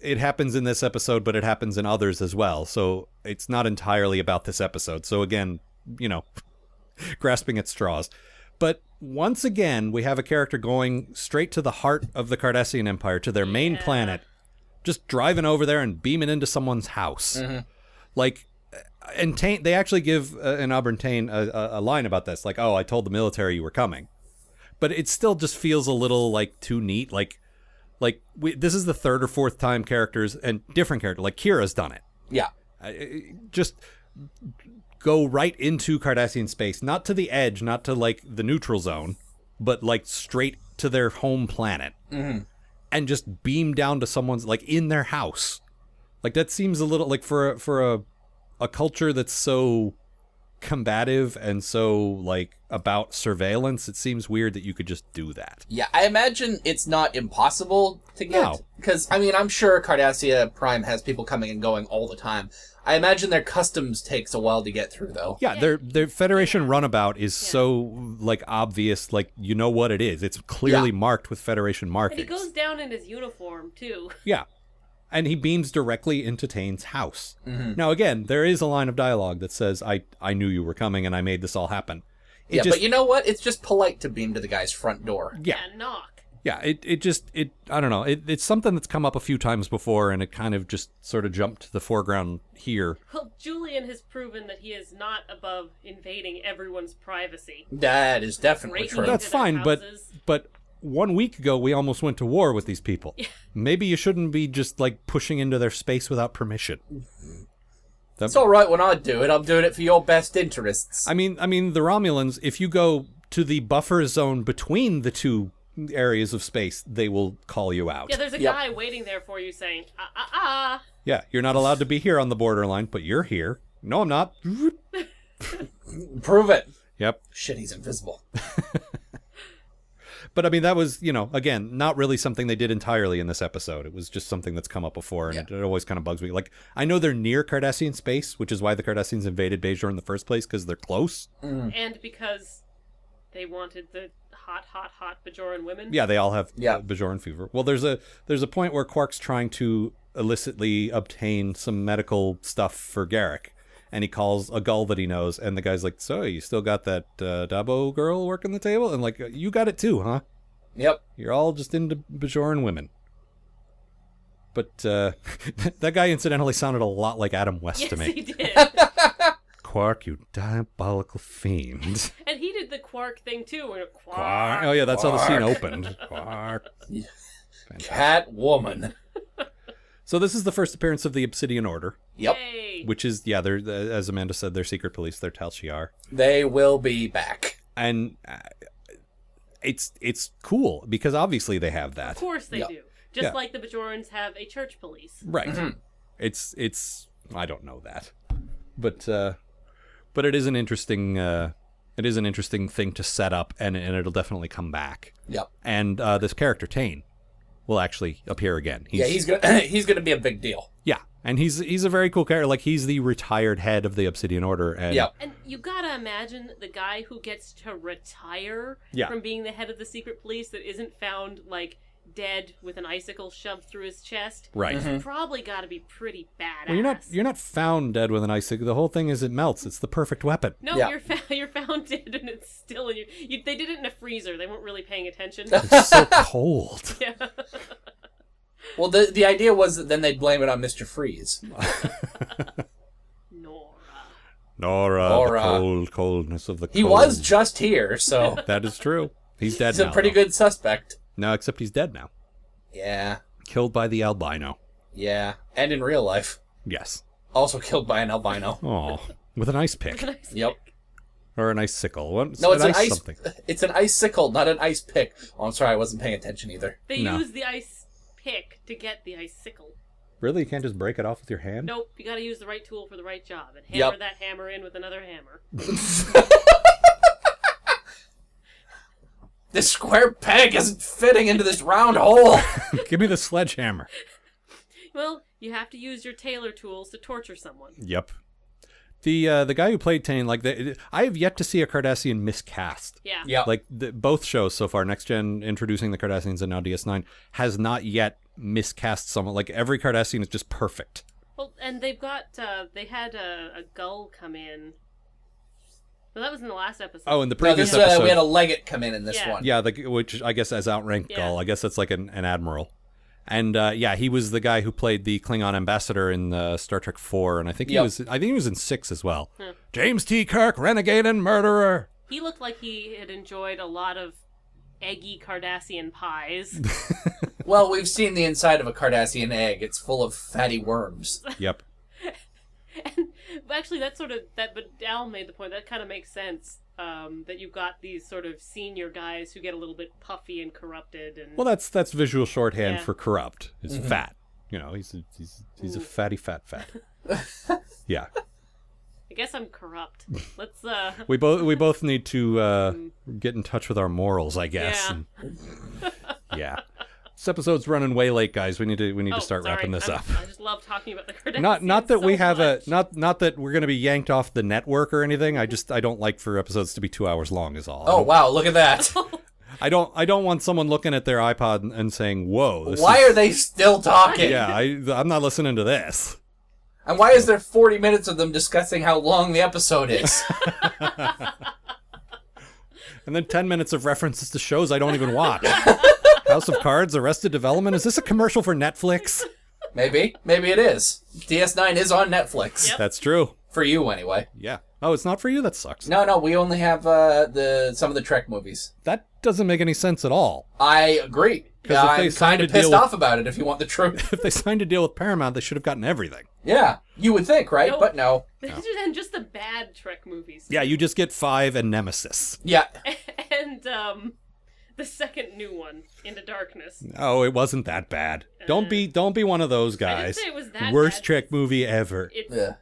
Speaker 2: it happens in this episode, but it happens in others as well. So it's not entirely about this episode. So again, you know, grasping at straws. But once again, we have a character going straight to the heart of the Cardassian Empire, to their main planet, just driving over there and beaming into someone's house. Like, and Tain, they actually give uh, an Auburn Tain a, a, a line about this, like, "Oh, I told the military you were coming," but it still just feels a little like too neat. Like, like we, this is the third or fourth time characters and different character, like Kira's done it.
Speaker 3: yeah.
Speaker 2: Just go right into Cardassian space, not to the edge, not to like the neutral zone, but like straight to their home planet, and just beam down to someone's like in their house. Like that seems a little like for a, for a a culture that's so combative and so like about surveillance. It seems weird that you could just do that.
Speaker 3: Yeah, I imagine it's not impossible to get
Speaker 2: No.
Speaker 3: because I mean I'm sure Cardassia Prime has people coming and going all the time. I imagine their customs takes a while to get through though.
Speaker 2: Yeah, their their Federation runabout is so like obvious. Like you know what it is. It's clearly marked with Federation
Speaker 4: And he
Speaker 2: markings.
Speaker 4: goes down in his uniform too.
Speaker 2: Yeah. And he beams directly into Tane's house.
Speaker 3: Mm-hmm.
Speaker 2: Now, again, there is a line of dialogue that says, I, I knew you were coming and I made this all happen. It
Speaker 3: yeah,
Speaker 2: just,
Speaker 3: but you know what? It's just polite to beam to the guy's front door.
Speaker 2: Yeah.
Speaker 4: And knock.
Speaker 2: yeah, it, it just, it, I don't know. It, it's something that's come up a few times before and it kind of just sort of jumped to the foreground here.
Speaker 4: Well, Julian has proven that he is not above invading everyone's privacy.
Speaker 3: That is definitely
Speaker 4: Breaking
Speaker 3: true.
Speaker 4: into
Speaker 2: That's
Speaker 4: their
Speaker 2: fine, but,
Speaker 4: houses.
Speaker 2: but one week ago, we almost went to war with these people. Maybe you shouldn't be just like pushing into their space without permission.
Speaker 3: It's all right when I do it. I'm doing it for your best interests.
Speaker 2: I mean, I mean, the Romulans. If you go to the buffer zone between the two areas of space, they will call you out.
Speaker 4: Yeah, there's a
Speaker 3: Yep.
Speaker 4: guy waiting there for you saying, ah, ah, ah.
Speaker 2: Yeah, you're not allowed to be here on the borderline, but you're here. No, I'm not.
Speaker 3: Prove it.
Speaker 2: Yep.
Speaker 3: Shit, he's invisible.
Speaker 2: But I mean, that was, you know, again, not really something they did entirely in this episode. It was just something that's come up before, and it, it always kind of bugs me. Like, I know they're near Cardassian space, which is why the Cardassians invaded Bajor in the first place, because they're close.
Speaker 4: And because they wanted the hot, hot, hot Bajoran women.
Speaker 2: Yeah, they all have
Speaker 3: Yeah.
Speaker 2: uh, Bajoran fever. Well, there's a there's a point where Quark's trying to illicitly obtain some medical stuff for Garrick, and he calls a gull that he knows, and the guy's like, "So you still got that uh, Dabo girl working the table?" And like, "You got it too, huh?
Speaker 3: Yep.
Speaker 2: You're all just into Bajoran women." But uh, that guy incidentally sounded a lot like Adam West
Speaker 4: Yes,
Speaker 2: to me.
Speaker 4: he did.
Speaker 2: Quark, you diabolical fiend.
Speaker 4: and he did the quark thing too. Where quark.
Speaker 2: Quark. Oh yeah, that's how the scene opened. Quark.
Speaker 3: Cat woman.
Speaker 2: So this is the first appearance of the Obsidian Order.
Speaker 3: Yep.
Speaker 4: Yay.
Speaker 2: which is yeah they're uh, as amanda said they're secret police they're tal shiar
Speaker 3: They will be back.
Speaker 2: and uh, it's it's cool because obviously they have
Speaker 4: Of
Speaker 2: that
Speaker 4: course they
Speaker 3: Yeah.
Speaker 4: do. Just
Speaker 2: Yeah.
Speaker 4: like the Bajorans have a church police.
Speaker 2: right
Speaker 3: Mm-hmm.
Speaker 2: it's it's i don't know that but uh but it is an interesting uh it is an interesting thing to set up and and it'll definitely come back
Speaker 3: Yep.
Speaker 2: and uh this character tane will actually appear again
Speaker 3: Yeah, he's gonna he's gonna be a big deal.
Speaker 2: yeah and he's he's a very cool character like he's the retired head of the obsidian order and
Speaker 3: Yep.
Speaker 4: And you gotta imagine the guy who gets to retire
Speaker 2: Yeah.
Speaker 4: from being the head of the secret police that isn't found like dead with an icicle shoved through his chest.
Speaker 2: right
Speaker 3: Mm-hmm.
Speaker 4: Probably gotta be pretty badass.
Speaker 2: Well, you're not you're not found dead with an icicle. The whole thing is it melts. It's the perfect weapon.
Speaker 4: no,
Speaker 3: Yeah.
Speaker 4: you're found. You're found dead, and it's still in your. You, they did it in a freezer. They weren't really paying attention.
Speaker 2: It's so cold.
Speaker 3: Well, the the idea was that then they'd blame it on Mister Freeze.
Speaker 4: Nora.
Speaker 2: Nora,
Speaker 3: Nora.
Speaker 2: the cold coldness of the.
Speaker 3: He
Speaker 2: cold.
Speaker 3: was just here, so
Speaker 2: that is true. He's dead
Speaker 3: he's
Speaker 2: now.
Speaker 3: a pretty
Speaker 2: though.
Speaker 3: good suspect.
Speaker 2: No, except he's dead now.
Speaker 3: Yeah,
Speaker 2: Killed by the albino.
Speaker 3: yeah, and in real life,
Speaker 2: Yes.
Speaker 3: also killed by an albino.
Speaker 2: Oh, with an ice pick
Speaker 3: Yep.
Speaker 2: or an icicle. What-
Speaker 3: No, it's an ice.
Speaker 2: something.
Speaker 3: It's an icicle, not an ice pick. Oh, I'm sorry, I wasn't paying attention either.
Speaker 4: They
Speaker 2: No.
Speaker 4: use the ice pick to get the icicle.
Speaker 2: Really? You can't just break it off with your hand?
Speaker 4: Nope, you got to use the right tool for the right job and
Speaker 3: Yep.
Speaker 4: hammer that hammer in with another hammer.
Speaker 3: This square peg isn't fitting into this round hole.
Speaker 2: Give me the sledgehammer.
Speaker 4: Well, you have to use your tailor tools to torture someone.
Speaker 2: Yep. The uh, the guy who played Tane, like the, I have yet to see a Cardassian miscast.
Speaker 4: Yeah.
Speaker 3: Yeah.
Speaker 2: Like the, both shows so far, Next Gen introducing the Cardassians and now DS9 has not yet miscast someone. Like every Cardassian is just perfect.
Speaker 4: Well, and they've got uh, they had a, a gull come in. Well, that was in the last episode.
Speaker 2: Oh, in the
Speaker 3: no,
Speaker 2: previous
Speaker 3: this uh,
Speaker 2: episode,
Speaker 3: we had a Leggett come in in this
Speaker 4: Yeah.
Speaker 3: one.
Speaker 2: yeah, the, which I guess as outranked
Speaker 4: Yeah.
Speaker 2: Gull, I guess that's like an, an admiral. And uh, yeah, he was the guy who played the Klingon ambassador in uh, Star Trek Four, and I think he
Speaker 3: Yep. Hmm.
Speaker 2: was I think he was in six as well. James T. Kirk, renegade and murderer.
Speaker 4: He looked like he had enjoyed a lot of eggy Cardassian pies.
Speaker 3: Well, we've seen the inside of a Cardassian egg. It's full of fatty worms.
Speaker 2: Yep.
Speaker 4: But Actually, that sort of that. But Al made the point that kind of makes sense. Um, that you've got these sort of senior guys who get a little bit puffy and corrupted, and
Speaker 2: Well, that's that's visual shorthand
Speaker 4: Yeah.
Speaker 2: for corrupt. It's fat. You know, he's a, he's he's a
Speaker 3: Mm.
Speaker 2: fatty fat fat. yeah,
Speaker 4: I guess I'm corrupt. Let's uh,
Speaker 2: we both we both need to uh, get in touch with our morals, I guess.
Speaker 4: Mm-hmm. Yeah.
Speaker 2: and- yeah. This episode's running way late, guys. We need to we need
Speaker 4: oh,
Speaker 2: to start
Speaker 4: sorry.
Speaker 2: wrapping this
Speaker 4: I'm-
Speaker 2: up.
Speaker 4: I just love talking about the Cardassians.
Speaker 2: Not not that
Speaker 4: so
Speaker 2: we have
Speaker 4: much.
Speaker 2: a not not that we're gonna be yanked off the network or anything. I just I don't like for episodes to be two hours long is all.
Speaker 3: Oh wow, look at that.
Speaker 2: I don't I don't want someone looking at their iPod and- and saying, "Whoa, this
Speaker 3: Why
Speaker 2: is-
Speaker 3: are they still talking?
Speaker 2: yeah, I, I'm not listening to this."
Speaker 3: And why is there 40 minutes of them discussing how long the episode is?
Speaker 2: And then 10 minutes of references to shows I don't even watch. House of Cards, Arrested Development. Is this a commercial for Netflix?
Speaker 3: maybe, maybe it is. DS9 is on Netflix
Speaker 2: That's true.
Speaker 3: for you anyway.
Speaker 2: Yeah. Oh, it's not for you? That sucks.
Speaker 3: No, no, we only have uh, the some of the Trek movies.
Speaker 2: That doesn't make any sense at all.
Speaker 3: I agree.
Speaker 2: 'Cause if they
Speaker 3: I'm
Speaker 2: signed
Speaker 3: kind
Speaker 2: a
Speaker 3: of pissed
Speaker 2: deal-
Speaker 3: off about it. If you want the truth,
Speaker 2: If they signed a deal with Paramount, they should have gotten everything.
Speaker 3: yeah, you would think, right?
Speaker 4: Nope.
Speaker 3: But no,
Speaker 4: and just the bad Trek movies.
Speaker 2: Yeah, you just get five and Nemesis.
Speaker 3: yeah,
Speaker 4: and um, the second new one, Into Darkness.
Speaker 2: Oh, it wasn't that bad. Don't be don't be one of those guys.
Speaker 4: Uh, say it was that
Speaker 2: Worst
Speaker 4: bad.
Speaker 2: Trek movie ever.
Speaker 4: It's
Speaker 3: yeah.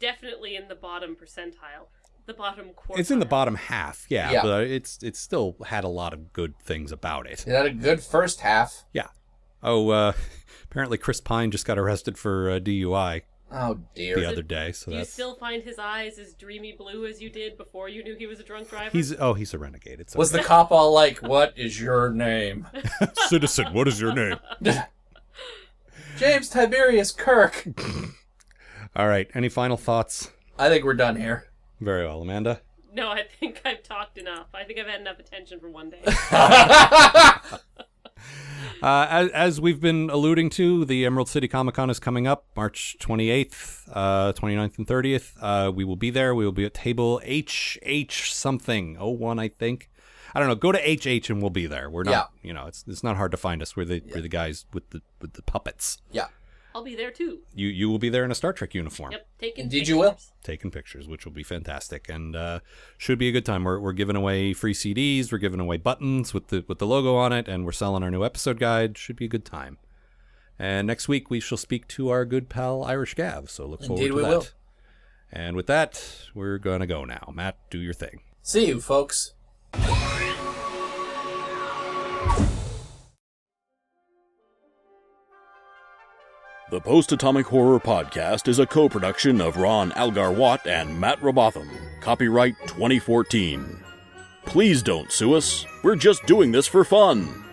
Speaker 4: definitely in the bottom percentile, the bottom quarter.
Speaker 2: It's in the bottom half, yeah,
Speaker 3: Yeah.
Speaker 2: but it's it's still had a lot of good things about it.
Speaker 3: It had a good first half.
Speaker 2: Yeah. Oh, uh, apparently Chris Pine just got arrested for uh, DUI.
Speaker 3: Oh dear.
Speaker 2: the other day. So
Speaker 4: Do you
Speaker 2: that's
Speaker 4: still find his eyes as dreamy blue as you did before you knew he was a drunk driver?
Speaker 2: he's oh he's a renegade. It's
Speaker 3: Was the cop all like, "What is your name,
Speaker 1: Citizen, what is your name?
Speaker 3: James Tiberius Kirk"?
Speaker 2: all right. Any final thoughts?
Speaker 3: I think we're done here.
Speaker 2: Very well, Amanda.
Speaker 4: No, I think I've talked enough. I think I've had enough attention for one day.
Speaker 2: Uh, as, as we've been alluding to, the Emerald City Comic Con is coming up March 28th, uh, 29th, and 30th. Uh, we will be there. We will be at table HH something, 01, I think. I don't know. Go to HH and we'll be there. We're not, you know, it's it's not hard to find us. We're the we're the guys with the with the puppets.
Speaker 3: Yeah.
Speaker 4: I'll be there too.
Speaker 2: You you will be there in a Star Trek uniform.
Speaker 4: Yep, taking.
Speaker 3: Indeed you will.
Speaker 4: pictures.
Speaker 2: taking pictures, which will be fantastic and uh, should be a good time. We're, we're giving away free CDs, we're giving away buttons with the with the logo on it, and we're selling our new episode guide. Should be a good time. And next week we shall speak to our good pal Irish Gav. So look forward
Speaker 3: Indeed
Speaker 2: to
Speaker 3: we
Speaker 2: that.
Speaker 3: will.
Speaker 2: And with that, we're gonna go now. Matt, do your thing.
Speaker 3: See you, folks.
Speaker 1: The Post Atomic Horror Podcast is a co production of Ron Algar Watt and Matt Robotham. Copyright 2014. Please don't sue us. We're just doing this for fun.